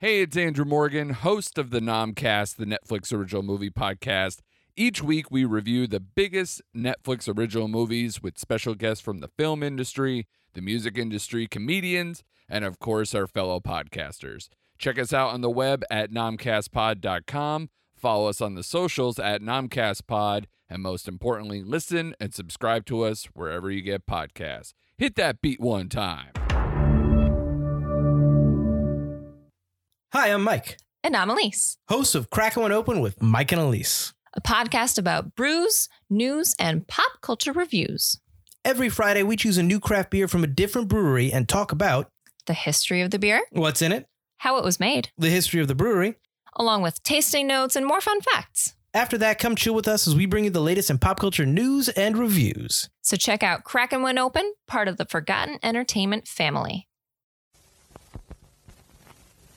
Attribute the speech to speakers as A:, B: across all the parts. A: Hey, it's Andrew Morgan, host of the Nomcast, the Netflix original movie podcast. Each week, we review the biggest Netflix original movies with special guests from the film industry, the music industry, comedians, and of course, our fellow podcasters. Check us out on the web at nomcastpod.com. Follow us on the socials at nomcastpod. And most importantly, listen and subscribe to us wherever you get podcasts. Hit that beat one time.
B: Hi, I'm Mike,
C: And I'm Elise,
B: host of Crack One Open with Mike and Elise.
C: a podcast about brews, news, and pop culture reviews,
B: Every Friday, we choose a new craft beer from a different brewery and talk about
C: the history of the beer,
B: what's in it,
C: how it was made,
B: the history of the brewery.
C: along with tasting notes and more fun facts.
B: After that, come chill with us as we bring you the latest in pop culture news and reviews.
C: So check out Kraken When Open, part of the Forgotten Entertainment family.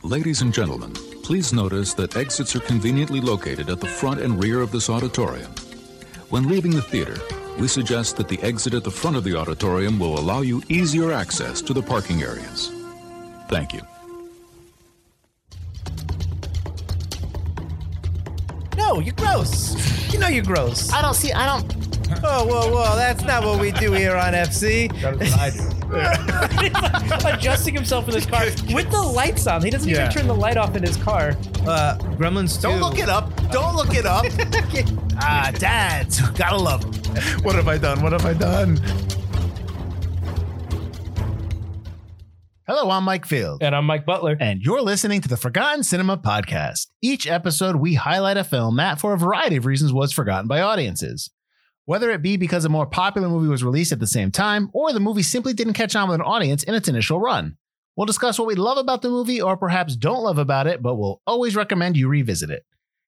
D: Ladies and gentlemen, please notice that exits are conveniently located at the front and rear of this auditorium. When leaving the theater, we suggest that the exit at the front of the auditorium will allow you easier access to the parking areas. Thank you.
B: No, you're gross. You know you're gross.
E: I don't see. I don't.
B: Oh, whoa, whoa, that's not what we do here on FC.
F: adjusting himself in his car with the lights on. He doesn't
B: Yeah.
F: even turn the light off in his car.
B: Uh, Gremlins 2.
E: Don't look it up. Don't look it up. ah, dads, gotta love them.
G: What have I done? What have I done? Hello, I'm Mike Field.
F: And I'm Mike Butler.
G: And you're listening to the Forgotten Cinema Podcast. Each episode, we highlight a film that, for a variety of reasons, was forgotten by audiences. Whether it be because a more popular movie was released at the same time, or the movie simply didn't catch on with an audience in its initial run. We'll discuss what we love about the movie, or perhaps don't love about it, but we'll always recommend you revisit it.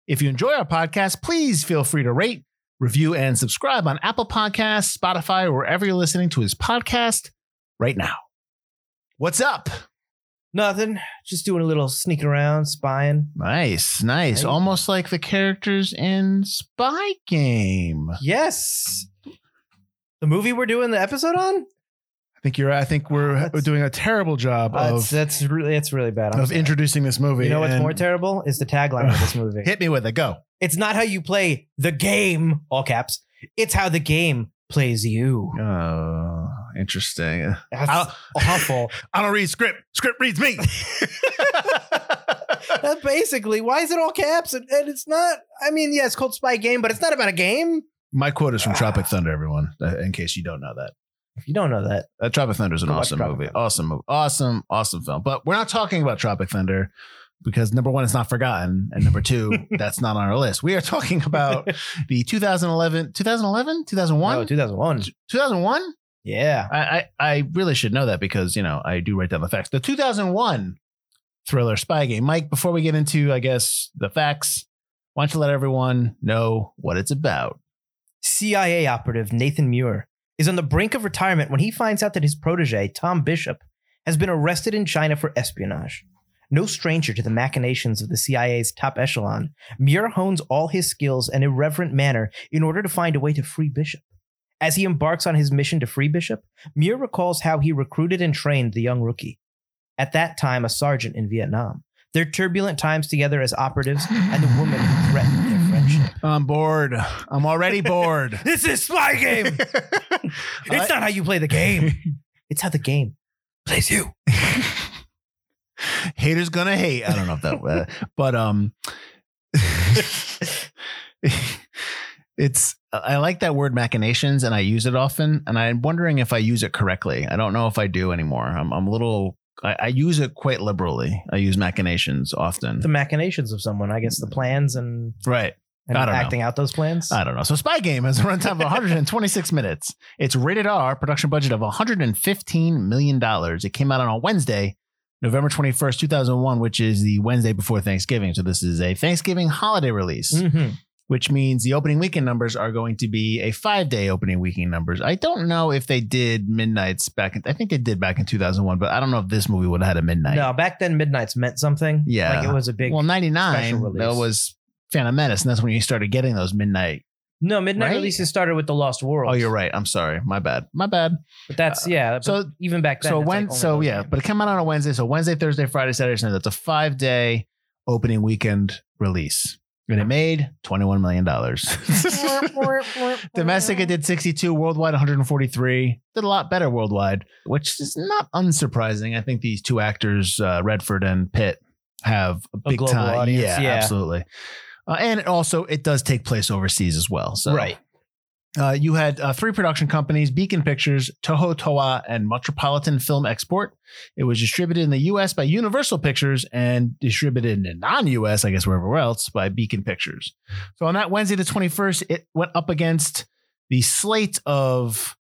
G: If you enjoy our podcast, please feel free to rate, review, and subscribe on Apple Podcasts, Spotify, or wherever you're listening to his podcast right now. What's up?
B: Nothing. Just doing a little sneaking around, spying.
G: Nice, nice.
B: Right?
G: Almost like the characters in Spy Game. I
B: Yes. The movie we're doing the episode on?
G: think you're. I think we're
B: That's-
G: doing a terrible job
B: Uh,
G: of
B: it's, that's really it's really bad. I'm
G: of
B: sorry.
G: introducing this movie.
B: You know what's
G: and-
B: more terrible is the tagline of this movie.
G: Hit me with it. Go.
B: It's not how you play the game, all caps. It's how the game plays you.
G: Oh, interesting.
B: That's
G: I'll-
B: awful.
G: I don't read script. Script reads me.
B: That Uh, basically, why is it all caps? And, and it's not. I mean, yeah, it's called Spy Game, but it's not about a game.
G: My quote is from Tropic Thunder. Everyone, uh, in case you don't know that.
B: If you don't know that,
G: Uh, Tropic Thunder is an
B: Go watch
G: awesome
B: Tropic
G: movie.
B: Thunder.
G: Awesome movie. Awesome, awesome film. But we're not talking about Tropic Thunder because number one, it's not forgotten. And number two, that's not on our list. We are talking about the 2011, 2011, 2001,
B: no, 2001.
G: 2001.
B: Yeah,
G: I, I, I really should know that because, you know, I do write down the facts. The 2001 thriller spy game. Mike, before we get into, I guess, the facts, why don't you let everyone know what it's about?
B: CIA operative Nathan Muir is on the brink of retirement when he finds out that his protege, Tom Bishop, has been arrested in China for espionage. No stranger to the machinations of the CIA's top echelon, Muir hones all his skills and irreverent manner in order to find a way to free Bishop. As he embarks on his mission to free Bishop, Muir recalls how he recruited and trained the young rookie. At that time, a sergeant in Vietnam. Their turbulent times together as operatives and the woman who threatened their friendship.
G: I'm bored. I'm already bored.
B: This is Spy Game! It's not how you play the game. It's how the game plays you.
G: haters gonna hate. I don't know if that, uh, but um, it's. I like that word machinations, and I use it often. And I'm wondering if I use it correctly. I don't know if I do anymore. I'm, I'm a little. I, I use it quite liberally. I use machinations often.
B: The machinations of someone, I guess, the plans and,
G: right.
B: and
G: I don't know.
B: acting out those plans.
G: I don't know. So Spy Game has a runtime of 126 minutes. It's rated R, production budget of $115 million. It came out on a Wednesday, November 21st, 2001, which is the Wednesday before Thanksgiving. So this is a Thanksgiving holiday release,
B: Mhm.
G: which means the opening weekend numbers are going to be a five day opening weekend numbers. I don't know if they did midnights back in, I think they did back in 2001, but I don't know if this movie would have had a midnight.
B: No, back then midnights meant something.
G: Yeah.
B: Like it was a big
G: well,
B: special
G: 99,
B: release.
G: that was Phantom Menace. And that's when you started getting those midnight
B: No, midnight
G: Right?
B: releases started with the Lost World.
G: Oh, you're right. I'm sorry. My bad. My bad.
B: But that's yeah. but
G: so-
B: even back then,
G: so
B: it's like
G: when
B: only
G: so
B: those
G: yeah,
B: games.
G: but it came out on a Wednesday. So Wednesday, Thursday, Friday, Saturday, Sunday. That's a five day opening weekend release. And it made $21 million. Domestic, it did 62, worldwide 143. Did a lot better worldwide, which is not unsurprising. I think these two actors, uh, Redford and Pitt, have a big
B: global
G: time.
B: audience,
G: Yeah,
B: yeah.
G: absolutely. Uh, and it also, it does take place overseas as well. So
B: right,
G: uh, you had uh, three production companies Beacon Pictures, Toho Toa, and Metropolitan Film Export. It was distributed in the US by Universal Pictures and distributed in non US, I guess, wherever else, by Beacon Pictures. So on that Wednesday, the 21st, it went up against the slate of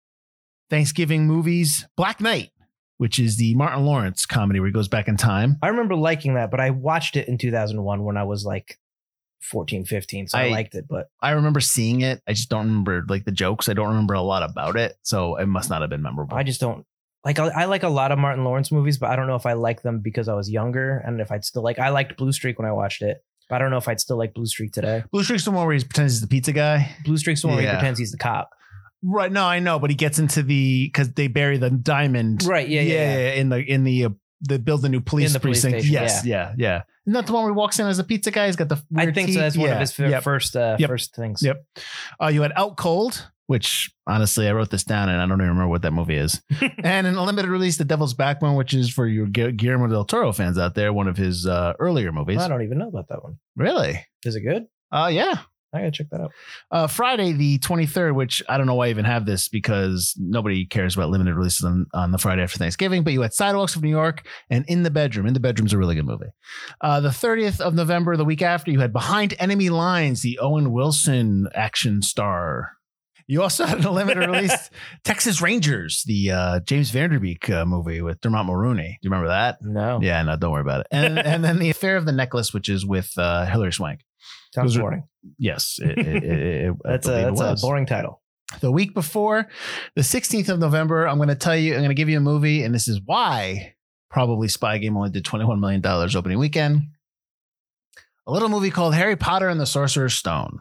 G: Thanksgiving movies Black Knight, which is the Martin Lawrence comedy where he goes back in time.
B: I remember liking that, but I watched it in 2001 when I was like 14, 15, so I,
G: I-
B: liked it. But
G: I remember seeing it. I just don't remember like the jokes. I don't remember a lot about it. So it must not have been memorable.
B: I just don't like. I, I like a lot of Martin Lawrence movies, but I don't know if I like them because I was younger and if I'd still like. I liked Blue Streak when I watched it, but I don't know if I'd still like Blue Streak today.
G: Blue Streak's the one where he pretends he's the pizza guy.
B: Blue Streak's the one where
G: Yeah.
B: he pretends he's the cop.
G: Right. No, I know, but he gets into the because they bury the diamond.
B: Right.
G: Yeah, in the in the uh, the build the new police
B: In the police
G: precinct.
B: station,
G: yes. Yeah. Yeah. Isn't that the one where he walks in as a pizza guy? He's got the.
B: I
G: weird
B: think
G: teeth?
B: so. That's one
G: Yeah,
B: of his fir-
G: Yep.
B: first uh,
G: Yep.
B: first things.
G: Yep. Uh, you had Out Cold, which honestly, I wrote this down and I don't even remember what that movie is. and in a limited release, The Devil's Backbone, which is for your Gu- Guillermo del Toro fans out there, one of his uh, earlier movies.
B: I don't even know about that one.
G: Really?
B: Is it good?
G: Uh, yeah.
B: I gotta check that out.
G: uh, Friday the 23rd, which I don't know why I even have this because nobody cares about limited releases on, on the Friday after Thanksgiving, but you had Sidewalks of New York and In the Bedroom. In the Bedroom's a really good movie. Uh, the 30th of November, the week after, you had Behind Enemy Lines, the Owen Wilson action star. You also had a limited release Texas Rangers, the uh, James Vanderbeek uh, movie with Dermot Mulroney. Do you remember that?
B: No,
G: Yeah, no, don't worry about it. And, and then The Affair of the Necklace, which is with uh, Hilary Swank.
B: sounds
G: Those are-
B: boring.
G: Yes, it, it, it, it, I
B: That's a
G: believe it
B: that's
G: was
B: a boring title.
G: the week before, the 16th of November, I'm going to tell you, I'm going to give you a movie, and this is why probably Spy Game only did $21 million opening weekend. A little movie called Harry Potter and the Sorcerer's Stone.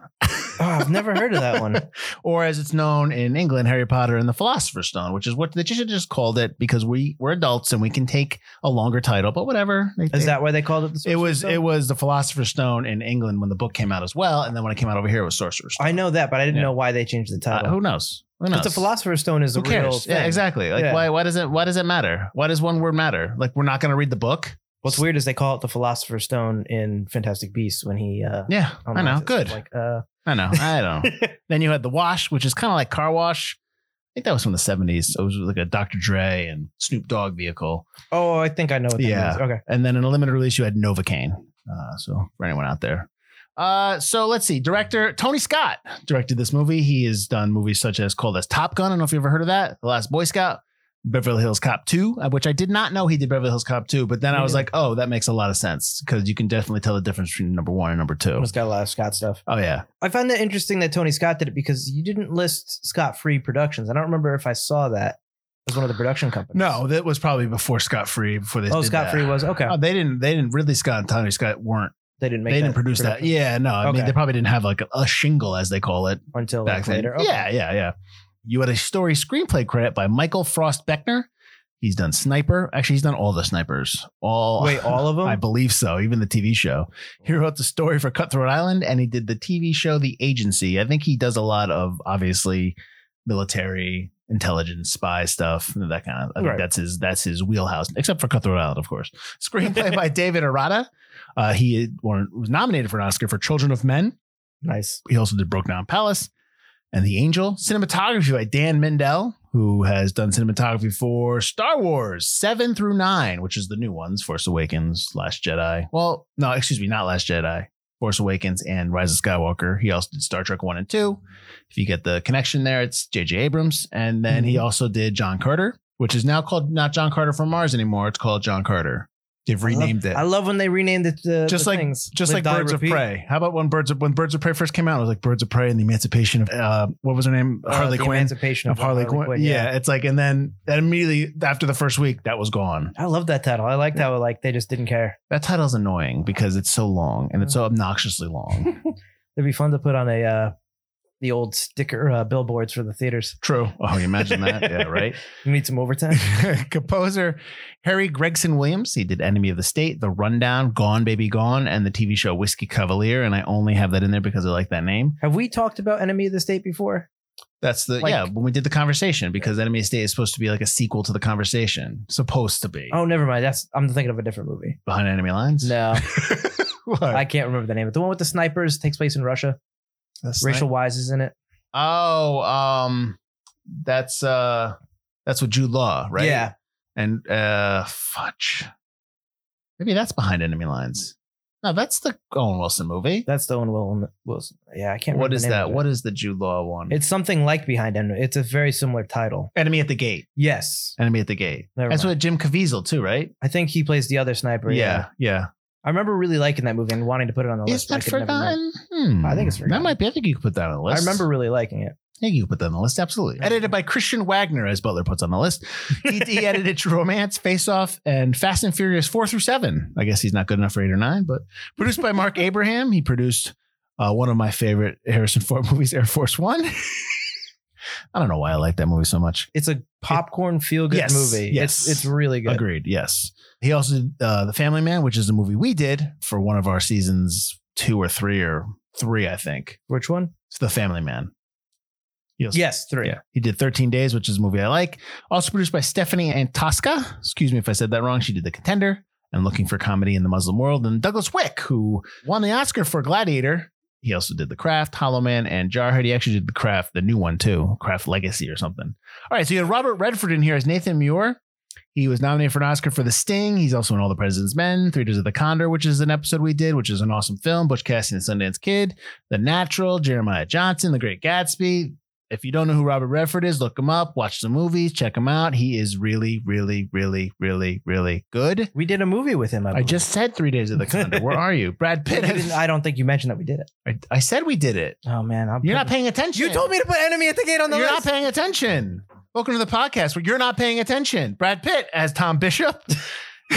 B: Oh, I've never heard of that one.
G: or as it's known in England, Harry Potter and the Philosopher's Stone, which is what they should have just called it because we, we're adults and we can take a longer title, but whatever. They-
B: Is
G: they-
B: that why they called it? The
G: it was
B: Sorcerer's
G: it
B: Stone?
G: was the Philosopher's Stone in England when the book came out as well, and then when it came out over here, it was Sorcerer's Stone.
B: I know that, but I didn't
G: Yeah.
B: know why they changed the
G: Uh,
B: title.
G: who knows? Who knows?
B: But the Philosopher's Stone is the
G: Who
B: real
G: cares?
B: thing.
G: Yeah, exactly. Like
B: Yeah.
G: why why does it why does it matter? Why does one word matter? Like we're not gonna read the book?
B: What's weird is they call it the Philosopher's Stone in Fantastic Beasts when he. Uh,
G: Yeah, I know.
B: unlocks it.
G: Good.
B: Like, uh,
G: I know. I don't. then you had the wash, which is kind of like car wash. I think that was from the seventies. It was like a Dr. Dre and Snoop Dogg vehicle.
B: oh, I think I know what that
G: Yeah.
B: means. Okay.
G: And then in a limited release, you had Novocaine. Uh, so for anyone out there. Uh, so let's see. Director Tony Scott directed this movie. He has done movies such as called as Top Gun. I don't know if you've ever heard of that. The Last Boy Scout, Beverly Hills Cop 2, uh, which I did not know he did Beverly Hills Cop 2, but then I was like, oh, that makes a lot of sense because you can definitely tell the difference between number one and number two.
B: It's got a lot of Scott stuff.
G: Oh, yeah.
B: I found that interesting that Tony Scott did it because you didn't list Scott Free Productions. I don't remember if I saw that as one of the production companies.
G: No, that was probably before Scott Free, before they
B: Oh,
G: did
B: Scott
G: that.
B: Free was okay.
G: Oh, they didn't, they didn't, Ridley Scott and Tony Scott weren't,
B: they didn't make.
G: they
B: that
G: didn't produce that.
B: production
G: Yeah, no, I mean,
B: Okay.
G: they probably didn't have like a, a shingle, as they call it.
B: until
G: back
B: like
G: then.
B: later.
G: Yeah, yeah, yeah. You had a story screenplay credit by Michael Frost Beckner. He's done Sniper. Actually, he's done all the snipers. All
B: Wait, all of them?
G: I believe so. Even the TV show. He wrote the story for Cutthroat Island, and he did the TV show The Agency. I think he does a lot of obviously military intelligence, spy stuff, that kind of. I think
B: Right.
G: that's his that's his wheelhouse, except for Cutthroat Island, of course. Screenplay by David Arata. Uh, he had won- was nominated for an Oscar for Children of Men.
B: nice.
G: He also did Broke Down Palace and The Angel. Cinematography by Dan Mindell, who has done cinematography for Star Wars 7 through 9, which is the new ones Force Awakens, Last Jedi. Well, no, excuse me, not Last Jedi. Force Awakens and Rise of Skywalker. He also did Star Trek 1 and 2. If you get the connection there, it's J.J. Abrams. And then
B: Mm-hmm.
G: he also did John Carter, which is now called not John Carter from Mars anymore. It's called John Carter. They've renamed it
B: I love when they renamed it. The,
G: just
B: the
G: like
B: things.
G: just
B: Live,
G: like
B: Die,
G: Birds
B: Repeat.
G: of Prey. How about when Birds of when Birds of Prey first came out? It was like Birds of Prey and the Emancipation of uh, what was her name?
B: Uh,
G: Harley
B: the
G: Quinn.
B: Emancipation
G: Of Harley, Quinn. Yeah.
B: yeah.
G: it's like and then that immediately after the first week, that was gone.
B: I love that title. I liked how like they just didn't care.
G: That title's annoying because it's so long and it's so obnoxiously long.
B: It'd be fun to put on a uh, the old sticker uh, billboards for the theaters.
G: True. Oh, you imagine that? yeah, right.
B: You need some overtime.
G: Composer Harry Gregson Williams. He did Enemy of the State, The Rundown, Gone Baby Gone, and the TV show Whiskey Cavalier. And I only have that in there because I like that name.
B: Have we talked about Enemy of the State before?
G: That's the
B: Like-
G: yeah when we did the conversation because Enemy of the State is supposed to be like a sequel to the conversation, supposed to be
B: Oh, never mind. That's I'm thinking of a different movie.
G: behind enemy lines.
B: No,
G: what?
B: I can't remember the name. But the one with the snipers takes place in Russia.
G: That's
B: Rachel Wise is in it.
G: not- oh, um, that's uh, that's with Jude Law, right?
B: Yeah.
G: and uh fudge. Maybe that's behind enemy lines. No, that's the Owen Wilson movie.
B: That's the one Will Wilson. Yeah, I can't.
G: What
B: remember
G: is
B: the name
G: that?
B: of it.
G: What is the Jude Law one?
B: It's something like Behind Enemy. It's a very similar title.
G: Enemy at the Gate.
B: Yes,
G: Enemy at the Gate.
B: Never
G: that's
B: mind.
G: with Jim Caviezel too, right?
B: I think he plays the other sniper.
G: yeah.
B: I remember really liking that movie and wanting to put it on the list.
G: Is
B: but
G: that
B: I could never remember.
G: forgotten? Hmm.
B: I think it's
G: That
B: forgotten.
G: might be. I think you could put that on the
B: I
G: list.
B: remember really liking it.
G: I think you could put that on the list. Absolutely. Edited by Christian Wagner, as Butler puts on the list. He, he edited Romance, Face Off, and Fast and Furious four through seven. I guess he's not good enough for eight or nine, but produced by Mark Abraham. He produced uh, one of my favorite Harrison Ford movies, Air Force One. I don't know why I like that movie so much.
B: It's a popcorn feel good
G: Yes,
B: movie.
G: yes.
B: It's, it's really good.
G: Agreed. Yes. He also did uh, The Family Man, which is a movie we did for one of our seasons two or three or three, I think.
B: Which one?
G: It's The Family Man. Yes.
B: Yes, three.
G: Yeah. He did 13 Days, which is a movie I like. Also produced by Stephanie Antosca. Excuse me if I said that wrong. She did The Contender and Looking for Comedy in the Muslim World. And Douglas Wick, who won the Oscar for Gladiator. He also did The Craft, Hollow Man, and Jarhead. He actually did The Craft, the new one too, Craft Legacy or something. All right. So you had Robert Redford in here as Nathan Muir. He was nominated for an Oscar for The Sting. He's also in All the President's Men, Three Days of the Condor, which is an episode we did, which is an awesome film. Butch Cassidy and the Sundance Kid, The Natural, Jeremiah Johnson, The Great Gatsby, if you don't know who Robert Redford is, look him up, watch the movies, check him out. He is really, really, really, really, really good.
B: We did a movie with him. I,
G: I
B: believe.
G: just said Three Days of the Condor. Where are you, Brad
B: You
G: Pitt?
B: didn't- I don't think you mentioned that we did it.
G: I, I said we did it.
B: Oh man, I'm
G: You're not paying attention.
B: You told me to put Enemy at the Gate on the
G: You're
B: list.
G: not paying attention. Welcome to the podcast where you're not paying attention. Brad Pitt as Tom Bishop.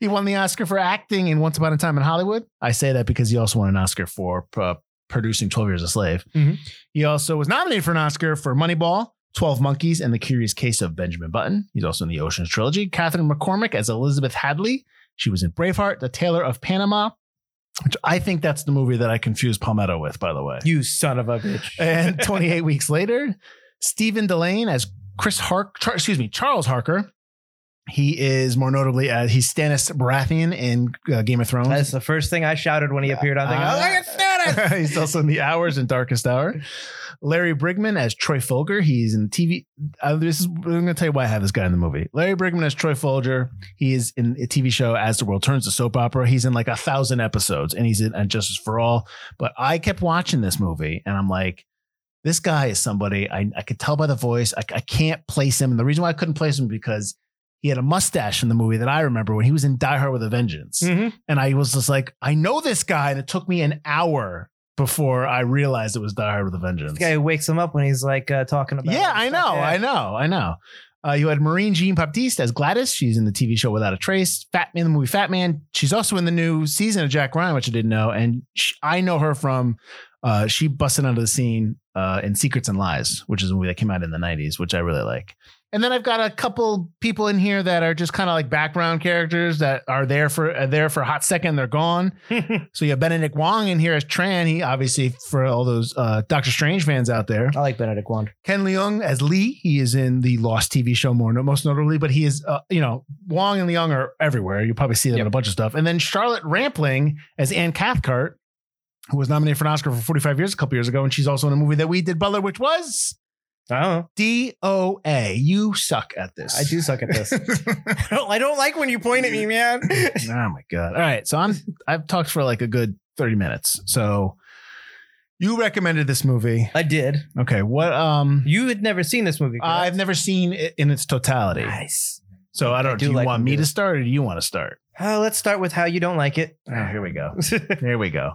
G: he won the Oscar for acting in Once Upon a Time in Hollywood. I say that because he also won an Oscar for uh, producing 12 Years a Slave.
B: Mhm.
G: He also was nominated for an Oscar for Moneyball, 12 Monkeys, and The Curious Case of Benjamin Button. He's also in the Oceans trilogy. Catherine McCormick as Elizabeth Hadley. She was in Braveheart, The Tailor of Panama, which I think that's the movie that I confused Palmetto with, by the way.
B: you son of a bitch.
G: And 28 weeks later, Stephen Delane as Chris Hark, Char- excuse me, Charles Harker. He is more notably as he's Stannis Baratheon in uh, Game of Thrones.
B: That's the first thing I shouted when he appeared on the
G: Ah.
B: I was like, "It's Stannis!"
G: he's also in the hours and darkest hour. Larry Brigman as Troy Folger. He's in TV. Uh, this is, I'm going to tell you why I have this guy in the movie. Larry Brigman as Troy Folger. He is in a TV show As the World Turns, a soap opera. He's in like a thousand episodes, and he's in and Justice for All. But I kept watching this movie, and I'm like. This guy is somebody I, I could tell by the voice. I, I can't place him. And the reason why I couldn't place him because he had a mustache in the movie that I remember when he was in Die Hard with a Vengeance.
B: Mhm.
G: And I was just like, I know this guy. And it took me an hour before I realized it was Die Hard with a Vengeance.
B: This guy who wakes him up when he's like uh, talking about.
G: yeah, I know. I
B: Yeah.
G: know. I know. Uh, you had Marine Jean Baptiste as Gladys. She's in the TV show Without a Trace. Fat Man, the movie Fat Man. She's also in the new season of Jack Ryan, which I didn't know. And sh I know her from uh, she busted onto the scene uh, in Secrets and Lies, which is a movie that came out in the 90s, which I really like. And then I've got a couple people in here that are just kind of like background characters that are there for are there for a hot second, they're gone. so you have Benedict Wong in here as Tran. He obviously for all those uh, Doctor Strange fans out there.
B: I like Benedict Wand.
G: Ken Leung as Lee. He is in the Lost TV show more, most notably, but he is, uh, you know, Wong and Leung are everywhere. You probably see them in a bunch of stuff. And then Charlotte Rampling as Anne Cathcart, who was nominated for an Oscar for 45 years a couple years ago. And she's also in a movie that we did, Butler, which was
B: I don't know.
G: DOA. You suck at this.
B: I do suck at this. I, don't, I don't like when you point at me, man.
G: oh my god! All right, so I'm I've talked for like a good thirty minutes. So you recommended this movie.
B: I did.
G: Okay, what um
B: You had never seen this movie. correct?
G: I've never seen it in its totality.
B: Nice.
G: So I don't. know.
B: do
G: do you
B: like
G: want
B: when
G: me
B: you do
G: to
B: this.
G: start, or do you want to start?
B: Uh, let's start with how you don't like it.
G: Ah, here we go. Here we go.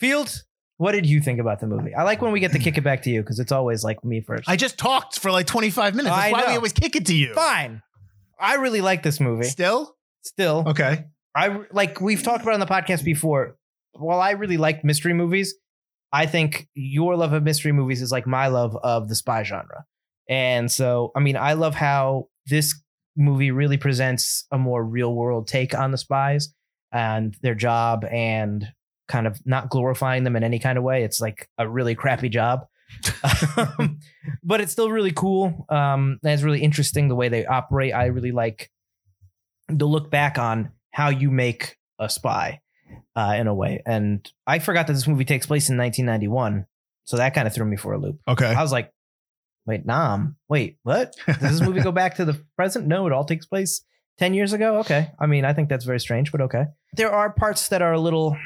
B: Field, what did you think about the movie? I like when we get to kick it back to you because it's always like me first.
G: I just talked for like 25 minutes. That's
B: I
G: why we
B: know.
G: always kick it to you.
B: Fine. I really like this movie.
G: Still
B: Still,
G: okay.
B: I like we've talked about it on the podcast before. While I really like mystery movies, I think your love of mystery movies is like my love of the spy genre. And so, I mean, I love how this movie really presents a more real world take on the spies and their job and kind of not glorifying them in any kind of way. It's like a really crappy job. Um, but it's still really cool. Um, and it's really interesting the way they operate. I really like to look back on how you make a spy uh, in a way. And I forgot that this movie takes place in 1991. So that kind of threw me for a loop.
G: Okay.
B: I was like, wait, Nam, wait, what? Does Uh, this movie go back to the present? No, it all takes place 10 years ago. Okay. I mean, I think that's very strange, but okay. There are parts that are a little,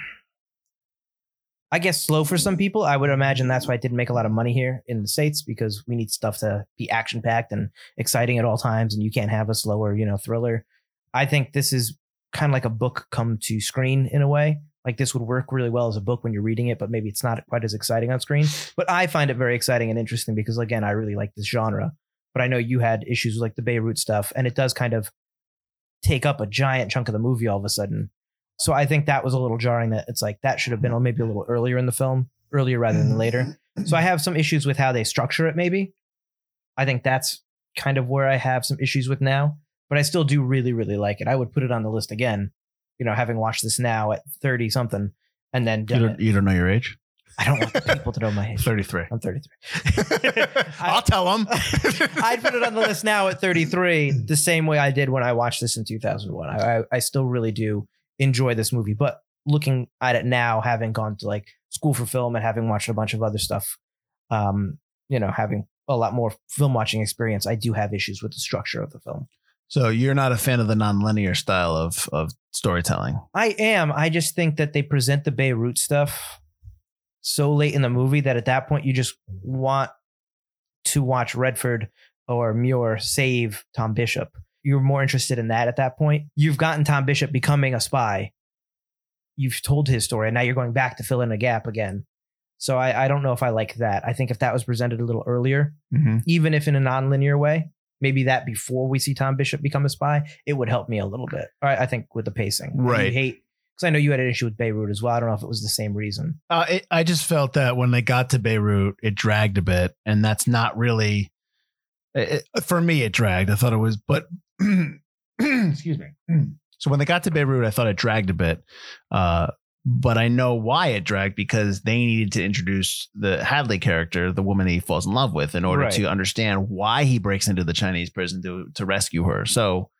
B: I guess, slow for some people. I would imagine that's why it didn't make a lot of money here in the States because we need stuff to be action packed and exciting at all times. And you can't have a slower, you know, thriller. I think this is kind of like a book come to screen in a way. Like this would work really well as a book when you're reading it, but maybe it's not quite as exciting on screen but I find it very exciting and interesting because again, I really like this genre. But I know you had issues with like the Beirut stuff, and it does kind of take up a giant chunk of the movie all of a sudden. So I think that was a little jarring that it's like that should have been maybe a little earlier in the film, earlier rather than later.
G: Mm-hmm.
B: So I have some issues with how they structure it, maybe. I think that's kind of where I have some issues with now, but I still do really, really like it. I would put it on the list again, you know, having watched this now at 30 something and then
G: You
B: done
G: don't,
B: it.
G: you don't know your age?
B: I don't want the people to know my age.
G: 33.
B: I'm 33.
G: I'll tell them.
B: I'd put it on the list now at 33, the same way I did when I watched this in 2001. I, I, I still really do enjoy this movie, but looking at it now, having gone to like school for film and having watched a bunch of other stuff, um, you know, having a lot more film watching experience, I do have issues with the structure of the film.
G: So you're not a fan of the nonlinear style of, of storytelling.
B: I am. I just think that they present the Beirut stuff so late in the movie that at that point you just want to watch Redford or Muir save Tom Bishop. You're more interested in that at that point. You've gotten Tom Bishop becoming a spy. You've told his story, and now you're going back to fill in a gap again. So I, I don't know if I like that. I think if that was presented a little earlier,
G: Mm-hmm.
B: even if in a nonlinear way, maybe that before we see Tom Bishop become a spy, it would help me a little bit. I, I think with the pacing, You
G: Right.
B: hate because I know you had an issue with Beirut as well. I don't know if it was the same reason.
G: Uh, it, I just felt that when they got to Beirut, it dragged a bit, and that's not really it, it- for me. It dragged. I thought it was, but excuse me. So when they got to Beirut, I thought it dragged a bit, uh, but I know why it dragged because they needed to introduce the Hadley character, the woman that he falls in love with, in order
B: Right.
G: to understand why he breaks into the Chinese prison to to rescue her. So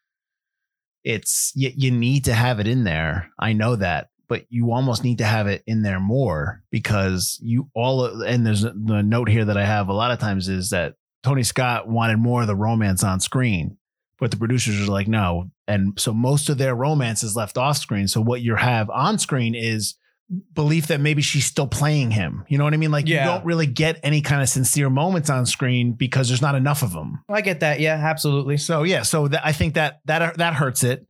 G: it's you, you need to have it in there. I know that, but you almost need to have it in there more because you all and there's the note here that I have a lot of times is that Tony Scott wanted more of the romance on screen, but the producers are like no, and so most of their romance is left off screen. So what you have on screen is belief that maybe she's still playing him. You know what I mean? Like
B: Yeah.
G: you don't really get any kind of sincere moments on screen because there's not enough of them.
B: I get that. Yeah, absolutely.
G: So yeah, so that, I think that uh, that that hurts it.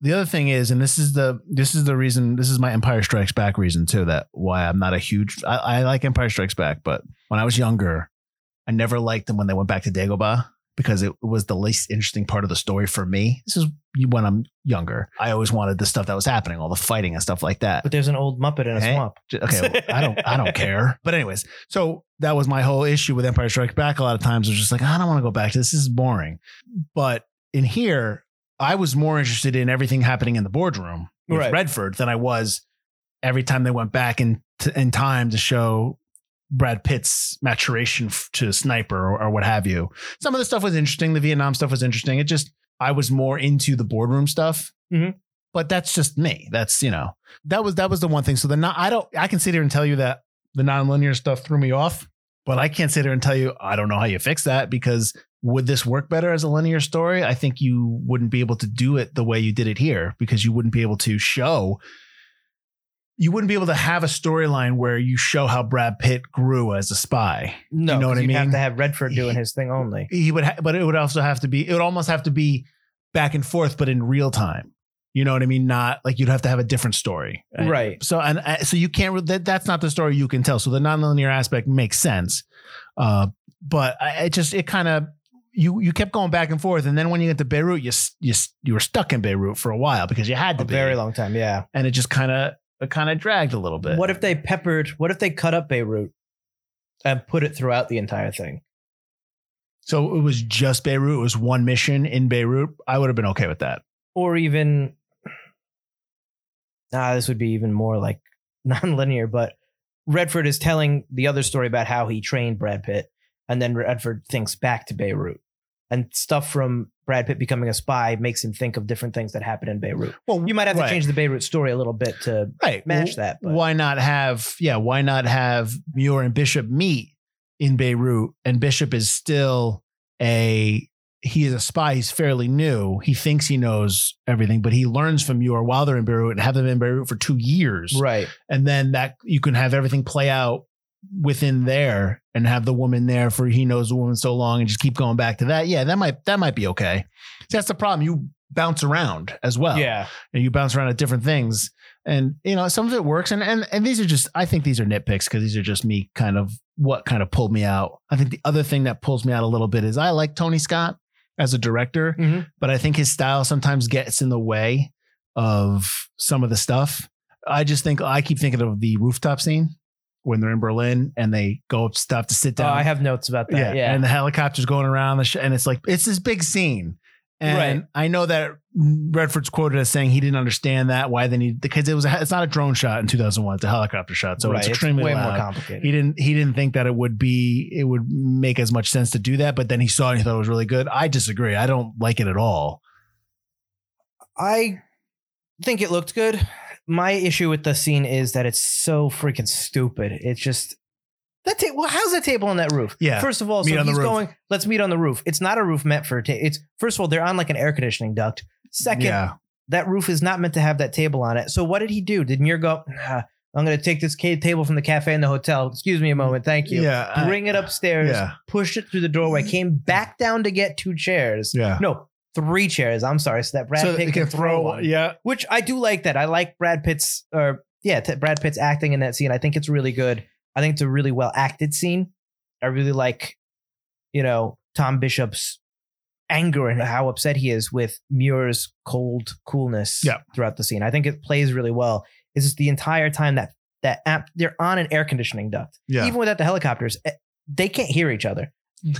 G: The other thing is, and this is the this is the reason this is my Empire Strikes Back reason too that why I'm not a huge I, I like Empire Strikes Back, but when I was younger, I never liked them when they went back to Dagobah because it was the least interesting part of the story for me. This is when I'm younger. I always wanted the stuff that was happening, all the fighting and stuff like that.
B: But there's an old Muppet in a
G: Hey.
B: swamp.
G: J- okay well, i don't i don't care but anyways so that was my whole issue with empire strikes back a lot of times i was just like "Ah, i don't want to go back to this this is boring but in here i was more interested in everything happening in the boardroom with
B: Right.
G: redford than i was every time they went back in t- in time to show Brad Pitt's maturation f- to sniper or, or what have you. Some of the stuff was interesting. The Vietnam stuff was interesting. It just I was more into the boardroom stuff.
B: Mhm.
G: But that's just me. That's you know that was that was the one thing. So the non, I don't I can sit here and tell you that the nonlinear stuff threw me off, but I can't sit here and tell you I don't know how you fix that because would this work better as a linear story? I think you wouldn't be able to do it the way you did it here because you wouldn't be able to show you wouldn't be able to have a storyline where you show how Brad Pitt grew as a spy.
B: No,
G: You know
B: 'cause
G: what I
B: you'd have
G: mean?
B: to have Redford doing his thing only.
G: He would, ha- but it would also have to be. It would almost have to be back and forth, but in real time. You know what I mean? Not like you'd have to have a different story,
B: Right.
G: So and uh, so you can't. re- That, that's not the story you can tell. So the nonlinear aspect makes sense, uh, but I, it just it kind of you you kept going back and forth, and then when you get to Beirut, you s- you s- you were stuck in Beirut for a while because you had
B: A
G: to be
B: very long time. Yeah.
G: and it just kind of but kind of dragged a little bit.
B: What if they peppered? What if they cut up Beirut and put it throughout the entire thing?
G: so it was just Beirut? It was one mission in Beirut. I would have been okay with that.
B: or even ah, this would be even more like nonlinear, but Redford is telling the other story about how he trained Brad Pitt, and then Redford thinks back to Beirut. And stuff from Brad Pitt becoming a spy makes him think of different things that happened in Beirut.
G: Well,
B: You might have to
G: right,
B: change the Beirut story a little bit to
G: right.
B: match
G: Well,
B: that. But
G: Why not have yeah? Why not have Muir and Bishop meet in Beirut? And Bishop is still a he is a spy. He's fairly new. He thinks he knows everything, but he learns from Muir while they're in Beirut and have them in Beirut for two years.
B: Right.
G: and then that you can have everything play out within there and have the woman there for he knows the woman so long and just keep going back to that yeah that might that might be okay See, that's the problem you bounce around as well
B: yeah.
G: and you bounce around at different things and you know some of it works and and, and these are just i think these are nitpicks because these are just me kind of what kind of pulled me out i think the other thing that pulls me out a little bit is i like tony scott as a director
B: Mhm.
G: but i think his style sometimes gets in the way of some of the stuff i just think i keep thinking of the rooftop scene when they're in berlin and they go up stop to sit
B: Oh,
G: down
B: I have notes about that. Yeah.
G: and the helicopter's going around, the sh- and it's like it's this big scene. And
B: Right.
G: I know that Redford's quoted as saying he didn't understand that why they need because it was a, it's not a drone shot in 2001, it's a helicopter shot, so
B: Right,
G: it's extremely
B: way
G: loud.
B: more complicated.
G: He didn't he didn't think that it would be it would make as much sense to do that, but then he saw it and he thought it was really good. I disagree. I don't like it at all.
B: I think it looked good. My issue with the scene is that it's so freaking stupid. It's just that table. Well, how's that table on that roof?
G: Yeah.
B: First of all,
G: Meet
B: so
G: on the
B: he's
G: roof.
B: going. Let's meet on the roof. It's not a roof meant for. Ta- it's first of all, they're on like an air conditioning duct. Second,
G: yeah,
B: that roof is not meant to have that table on it. So what did he do? Did Muir go? "Nah, I'm going to take this ca- table from the cafe in the hotel. Excuse me a moment. Thank you.
G: yeah, I-
B: Bring it upstairs.
G: Yeah.
B: Pushed it through the doorway. Came back down to get two chairs.
G: Mm. yeah.
B: No, three chairs. I'm sorry. So that Brad
G: so
B: Pitt
G: it
B: can, throw one
G: Yeah,
B: which I do like that. I like Brad Pitt's or yeah, t- Brad Pitt's acting in that scene. I think it's really good. I think it's a really well acted scene. I really like, you know, Tom Bishop's anger and how upset he is with Muir's cold coolness
G: Yeah.
B: throughout the scene. I think it plays really well. It's just the entire time that that amp, they're on an air conditioning duct.
G: Yeah.
B: Even without the helicopters, eh, they can't hear each other.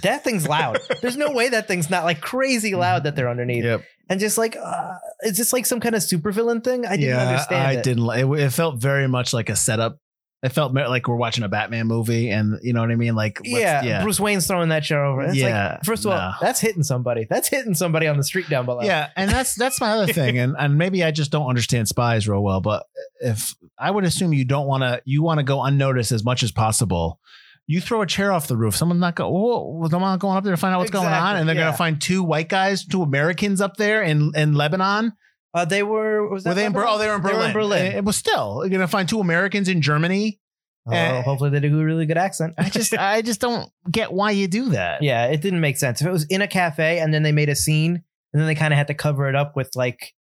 B: That thing's loud. There's no way that thing's not like crazy
G: Mm-hmm.
B: loud that they're underneath
G: Yep.
B: and just like uh, is this like some kind of supervillain thing? I didn't
G: yeah,
B: understand.
G: I
B: it.
G: didn't. li- It, w- it felt very much like a setup. It felt mer- like we're watching a Batman movie, and you know what I mean. Like, let's-
B: Yeah,
G: yeah,
B: Bruce Wayne's throwing that shit over. It's
G: Yeah,
B: like, first of all,
G: nah.
B: that's hitting somebody. That's hitting somebody on the street down below.
G: yeah. And that's that's my other thing, and and maybe I just don't understand spies real well. But if I would assume you don't want to, you want to go unnoticed as much as possible. You throw a chair off the roof. Someone's not going. Whoa! I'm not going up there to find out what's going on,
B: Exactly,
G: and they're
B: yeah.
G: going to find two white guys, two Americans up there in in Lebanon.
B: Uh, they were. Was that
G: Were they in? Ber-
B: Lebanon?
G: oh, they were in
B: They
G: Berlin. It, it was still. You're going to find two Americans in Germany.
B: Oh,
G: Eh.
B: hopefully they do a really good accent.
G: I just I just don't get why you do that.
B: yeah, it didn't make sense. If it was in a cafe and then they made a scene and then they kind of had to cover it up with like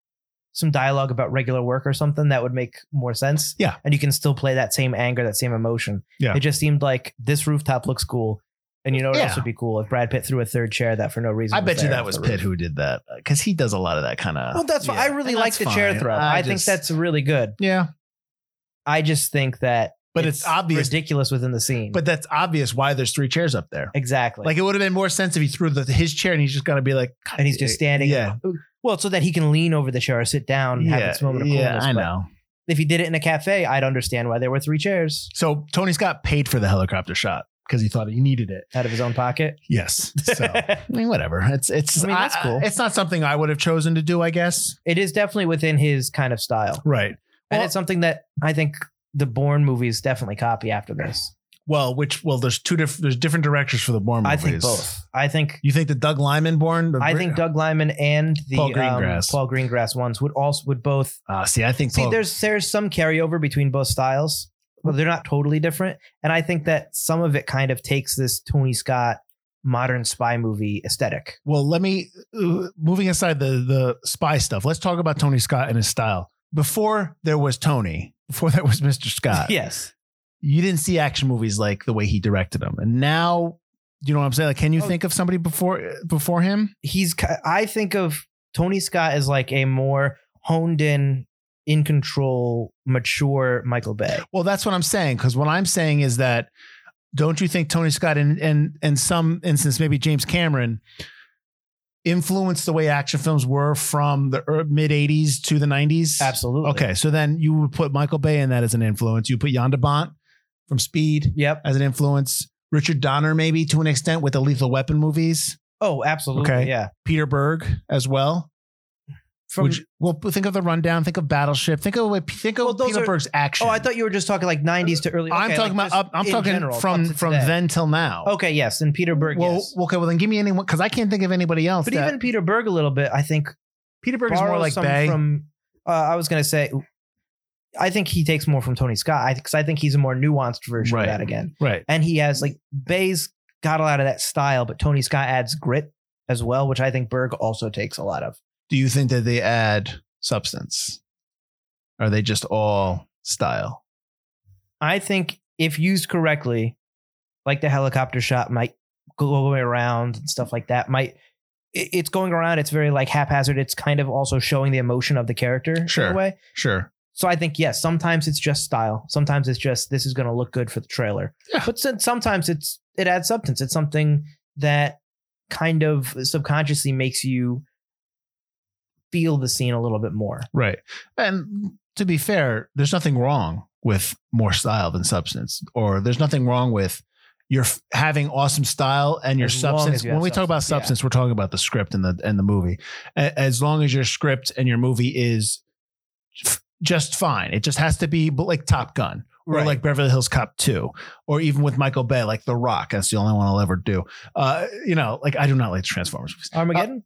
B: some dialogue about regular work or something, that would make more sense.
G: Yeah.
B: And you can still play that same anger, that same emotion.
G: Yeah.
B: It just seemed like this rooftop looks cool. And you know what
G: Yeah.
B: else would be cool if Brad Pitt threw a third chair that for no reason.
G: I bet you
B: there
G: that
B: off
G: was
B: the roof.
G: Pitt who did that because he does a lot of that kind of.
B: Well, that's fine.
G: yeah.
B: I really
G: And
B: like
G: that's
B: the chair
G: fine.
B: throw. I, think
G: just-
B: that's really good.
G: yeah,
B: I just think that
G: but it's, obvious.
B: ridiculous within the scene.
G: But that's obvious why there's three chairs up there.
B: exactly.
G: Like it would have made more sense if he threw the, his chair and he's just gonna be like,
B: and he's just standing.
G: Eh, Yeah,
B: Well, so that he can lean over the chair or sit down and have
G: yeah,
B: this moment of
G: yeah.
B: coolness.
G: I
B: but
G: know.
B: If he did it in a cafe, I'd understand why there were three chairs
G: So Tony Scott paid for the helicopter shot because he thought he needed it.
B: out of his own pocket.
G: Yes. So I mean, whatever. It's it's
B: I mean, that's cool.
G: it's not something I would have chosen to do. I guess.
B: It is definitely within his kind of style.
G: Right.
B: and
G: Well-
B: it's something that I think the Bourne movies definitely copy after this.
G: Well, which well, there's two different there's different directors for the Bourne
B: I
G: movies.
B: think both. I think
G: You think the Doug Lyman born?
B: I think Doug Lyman and the
G: Paul
B: um,
G: Greengrass.
B: Paul Greengrass ones would also would both
G: Ah, see, I think
B: See,
G: Paul-
B: there's there's some carryover between both styles. Well, they're not totally different, and I think that some of it kind of takes this Tony Scott modern spy movie aesthetic.
G: Well, let me uh, moving aside the the spy stuff. Let's talk about Tony Scott and his style. Before there was Tony, before there was Mr. Scott.
B: yes,
G: You didn't see action movies like the way he directed them, and now you know what I'm saying. Like, can you
B: Oh.
G: think of somebody before before him?
B: he's. ki- I think of Tony Scott as like a more honed in in control, mature Michael Bay.
G: Well, that's what I'm saying. Because what I'm saying is that don't you think Tony Scott and and in some instance maybe James Cameron influenced the way action films were from the er- mid 80s to the 90s?
B: Absolutely.
G: Okay, so then you would put Michael Bay in that as an influence. You put Yonda Bont from Speed
B: Yep.
G: as an influence. Richard Donner maybe to an extent with the Lethal Weapon movies.
B: Oh, absolutely.
G: Okay.
B: Yeah.
G: Peter Berg as well.
B: From
G: Would you- well, think of the rundown. Think of Battleship. Think of think of
B: Well, those
G: Peter
B: are-
G: Berg's action.
B: Oh, I thought you were just talking like 90s to early.
G: I'm
B: okay,
G: talking
B: like
G: about. Up,
B: just
G: I'm
B: in
G: talking
B: general,
G: from
B: up to
G: from
B: today.
G: then till now.
B: Okay, yes, and Peter Berg.
G: Well,
B: yes.
G: okay. Well, then give me anyone because I can't think of anybody else.
B: but
G: that-
B: even Peter Berg a little bit, I think
G: Peter Berg is more
B: borrows
G: like
B: some
G: Bay.
B: from. Uh, I was gonna say, I think he takes more from Tony Scott because I, think he's a more nuanced version
G: Right.
B: of that again,
G: right.
B: and he has like Bay's got a lot of that style, but Tony Scott adds grit as well, which I think Berg also takes a lot of.
G: Do you think that they add substance? Are they just all style?
B: I think if used correctly, like the helicopter shot might go all the way around and stuff like that. Might it- it's going around. It's very like haphazard. It's kind of also showing the emotion of the character in
G: Sure.
B: a way.
G: Sure.
B: So I think yes, sometimes it's just style. Sometimes it's just this is going to look good for the trailer.
G: Yeah.
B: But sen- sometimes it's it adds substance. It's something that kind of subconsciously makes you feel the scene a little bit more.
G: Right. And to be fair, there's nothing wrong with more style than substance, or there's nothing wrong with you're f- having awesome style and your
B: As long
G: substance.
B: as you
G: when
B: have
G: we talk about
B: substance,
G: substance, we're talking about the script and the and the movie. A- As long as your script and your movie is f- just fine, it just has to be but like Top Gun. Or
B: Right.
G: like Beverly Hills Cop 2, or even with Michael Bay, like The Rock. That's the only one I'll ever do. Uh, you know, like I do not like Transformers. movies.
B: Armageddon.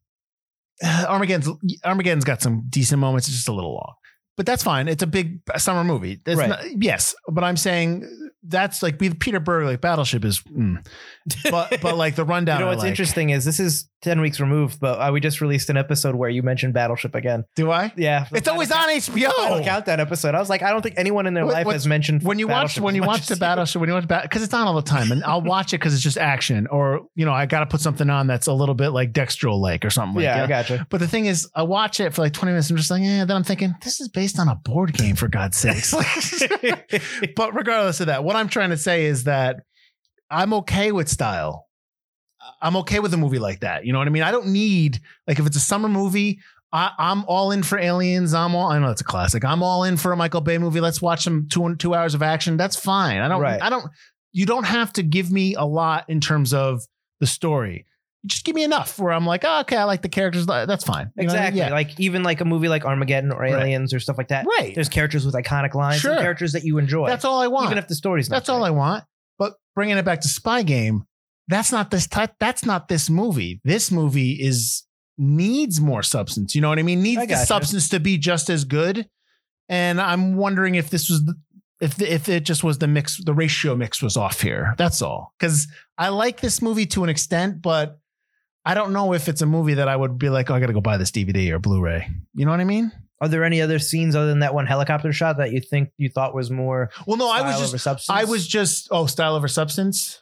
G: Armageddon's Armageddon's got some decent moments. It's just a little long, but that's fine. It's a big summer movie. It's
B: Right.
G: not- yes, but I'm saying that's like with Peter Berg, like Battleship is, mm. but but like the rundown.
B: Uh, You know
G: I
B: what's
G: like.
B: interesting is this is ten weeks removed, but uh, we just released an episode where you mentioned Battleship again.
G: Do I?
B: Yeah,
G: It's always on
B: Final
G: HBO.
B: Countdown episode. I was like, I don't think anyone in their
G: What-
B: life
G: what-
B: has mentioned
G: When you watch
B: Battleship
G: when
B: as
G: you
B: much
G: watch
B: as
G: the Battleship, when you watch Battleship, because it's on all the time, and I'll watch it because it's just action, or you know I got to put something on that's a little bit like Dextrol like or something. like
B: yeah,
G: that.
B: I gotcha.
G: But the thing is, I watch it for like 20 minutes. I'm just like, yeah. Then I'm thinking, this is based on a board game, for God's sakes. Like- but regardless of that, what I'm trying to say is that I'm okay with style. I'm okay with a movie like that. You know what I mean? I don't need, like, if it's a summer movie, I, I'm all in for aliens. I'm all, I know it's a classic. I'm all in for a Michael Bay movie. Let's watch some two, two hours of action. That's fine. I don't,
B: Right.
G: I don't, you don't have to give me a lot in terms of the story just give me enough where I'm like, oh, okay, I like the characters. uh, That's fine. You know,
B: Exactly. Like even like a movie like Armageddon or
G: Right.
B: Aliens or stuff like that.
G: yeah. Right.
B: There's characters with iconic lines,
G: Sure.
B: and characters that you enjoy.
G: That's all I want.
B: Even if the story's not
G: that's all I want. But bringing it back to Spy Game, that's not this type. That's not this movie. This movie is needs more substance. You know what I mean? Needs
B: I
G: the
B: gotcha.
G: substance to be just as good. And I'm wondering if this was the, if the, if it just was the mix, the ratio mix was off here. That's all. Because I like this movie to an extent, but I don't know if it's a movie that I would be like, oh, I got to go buy this DVD or Blu-ray. You know what I mean?
B: Are there any other scenes other than that one helicopter shot that you think you thought was more?
G: Well, no, I was just
B: just
G: I was just oh style over substance.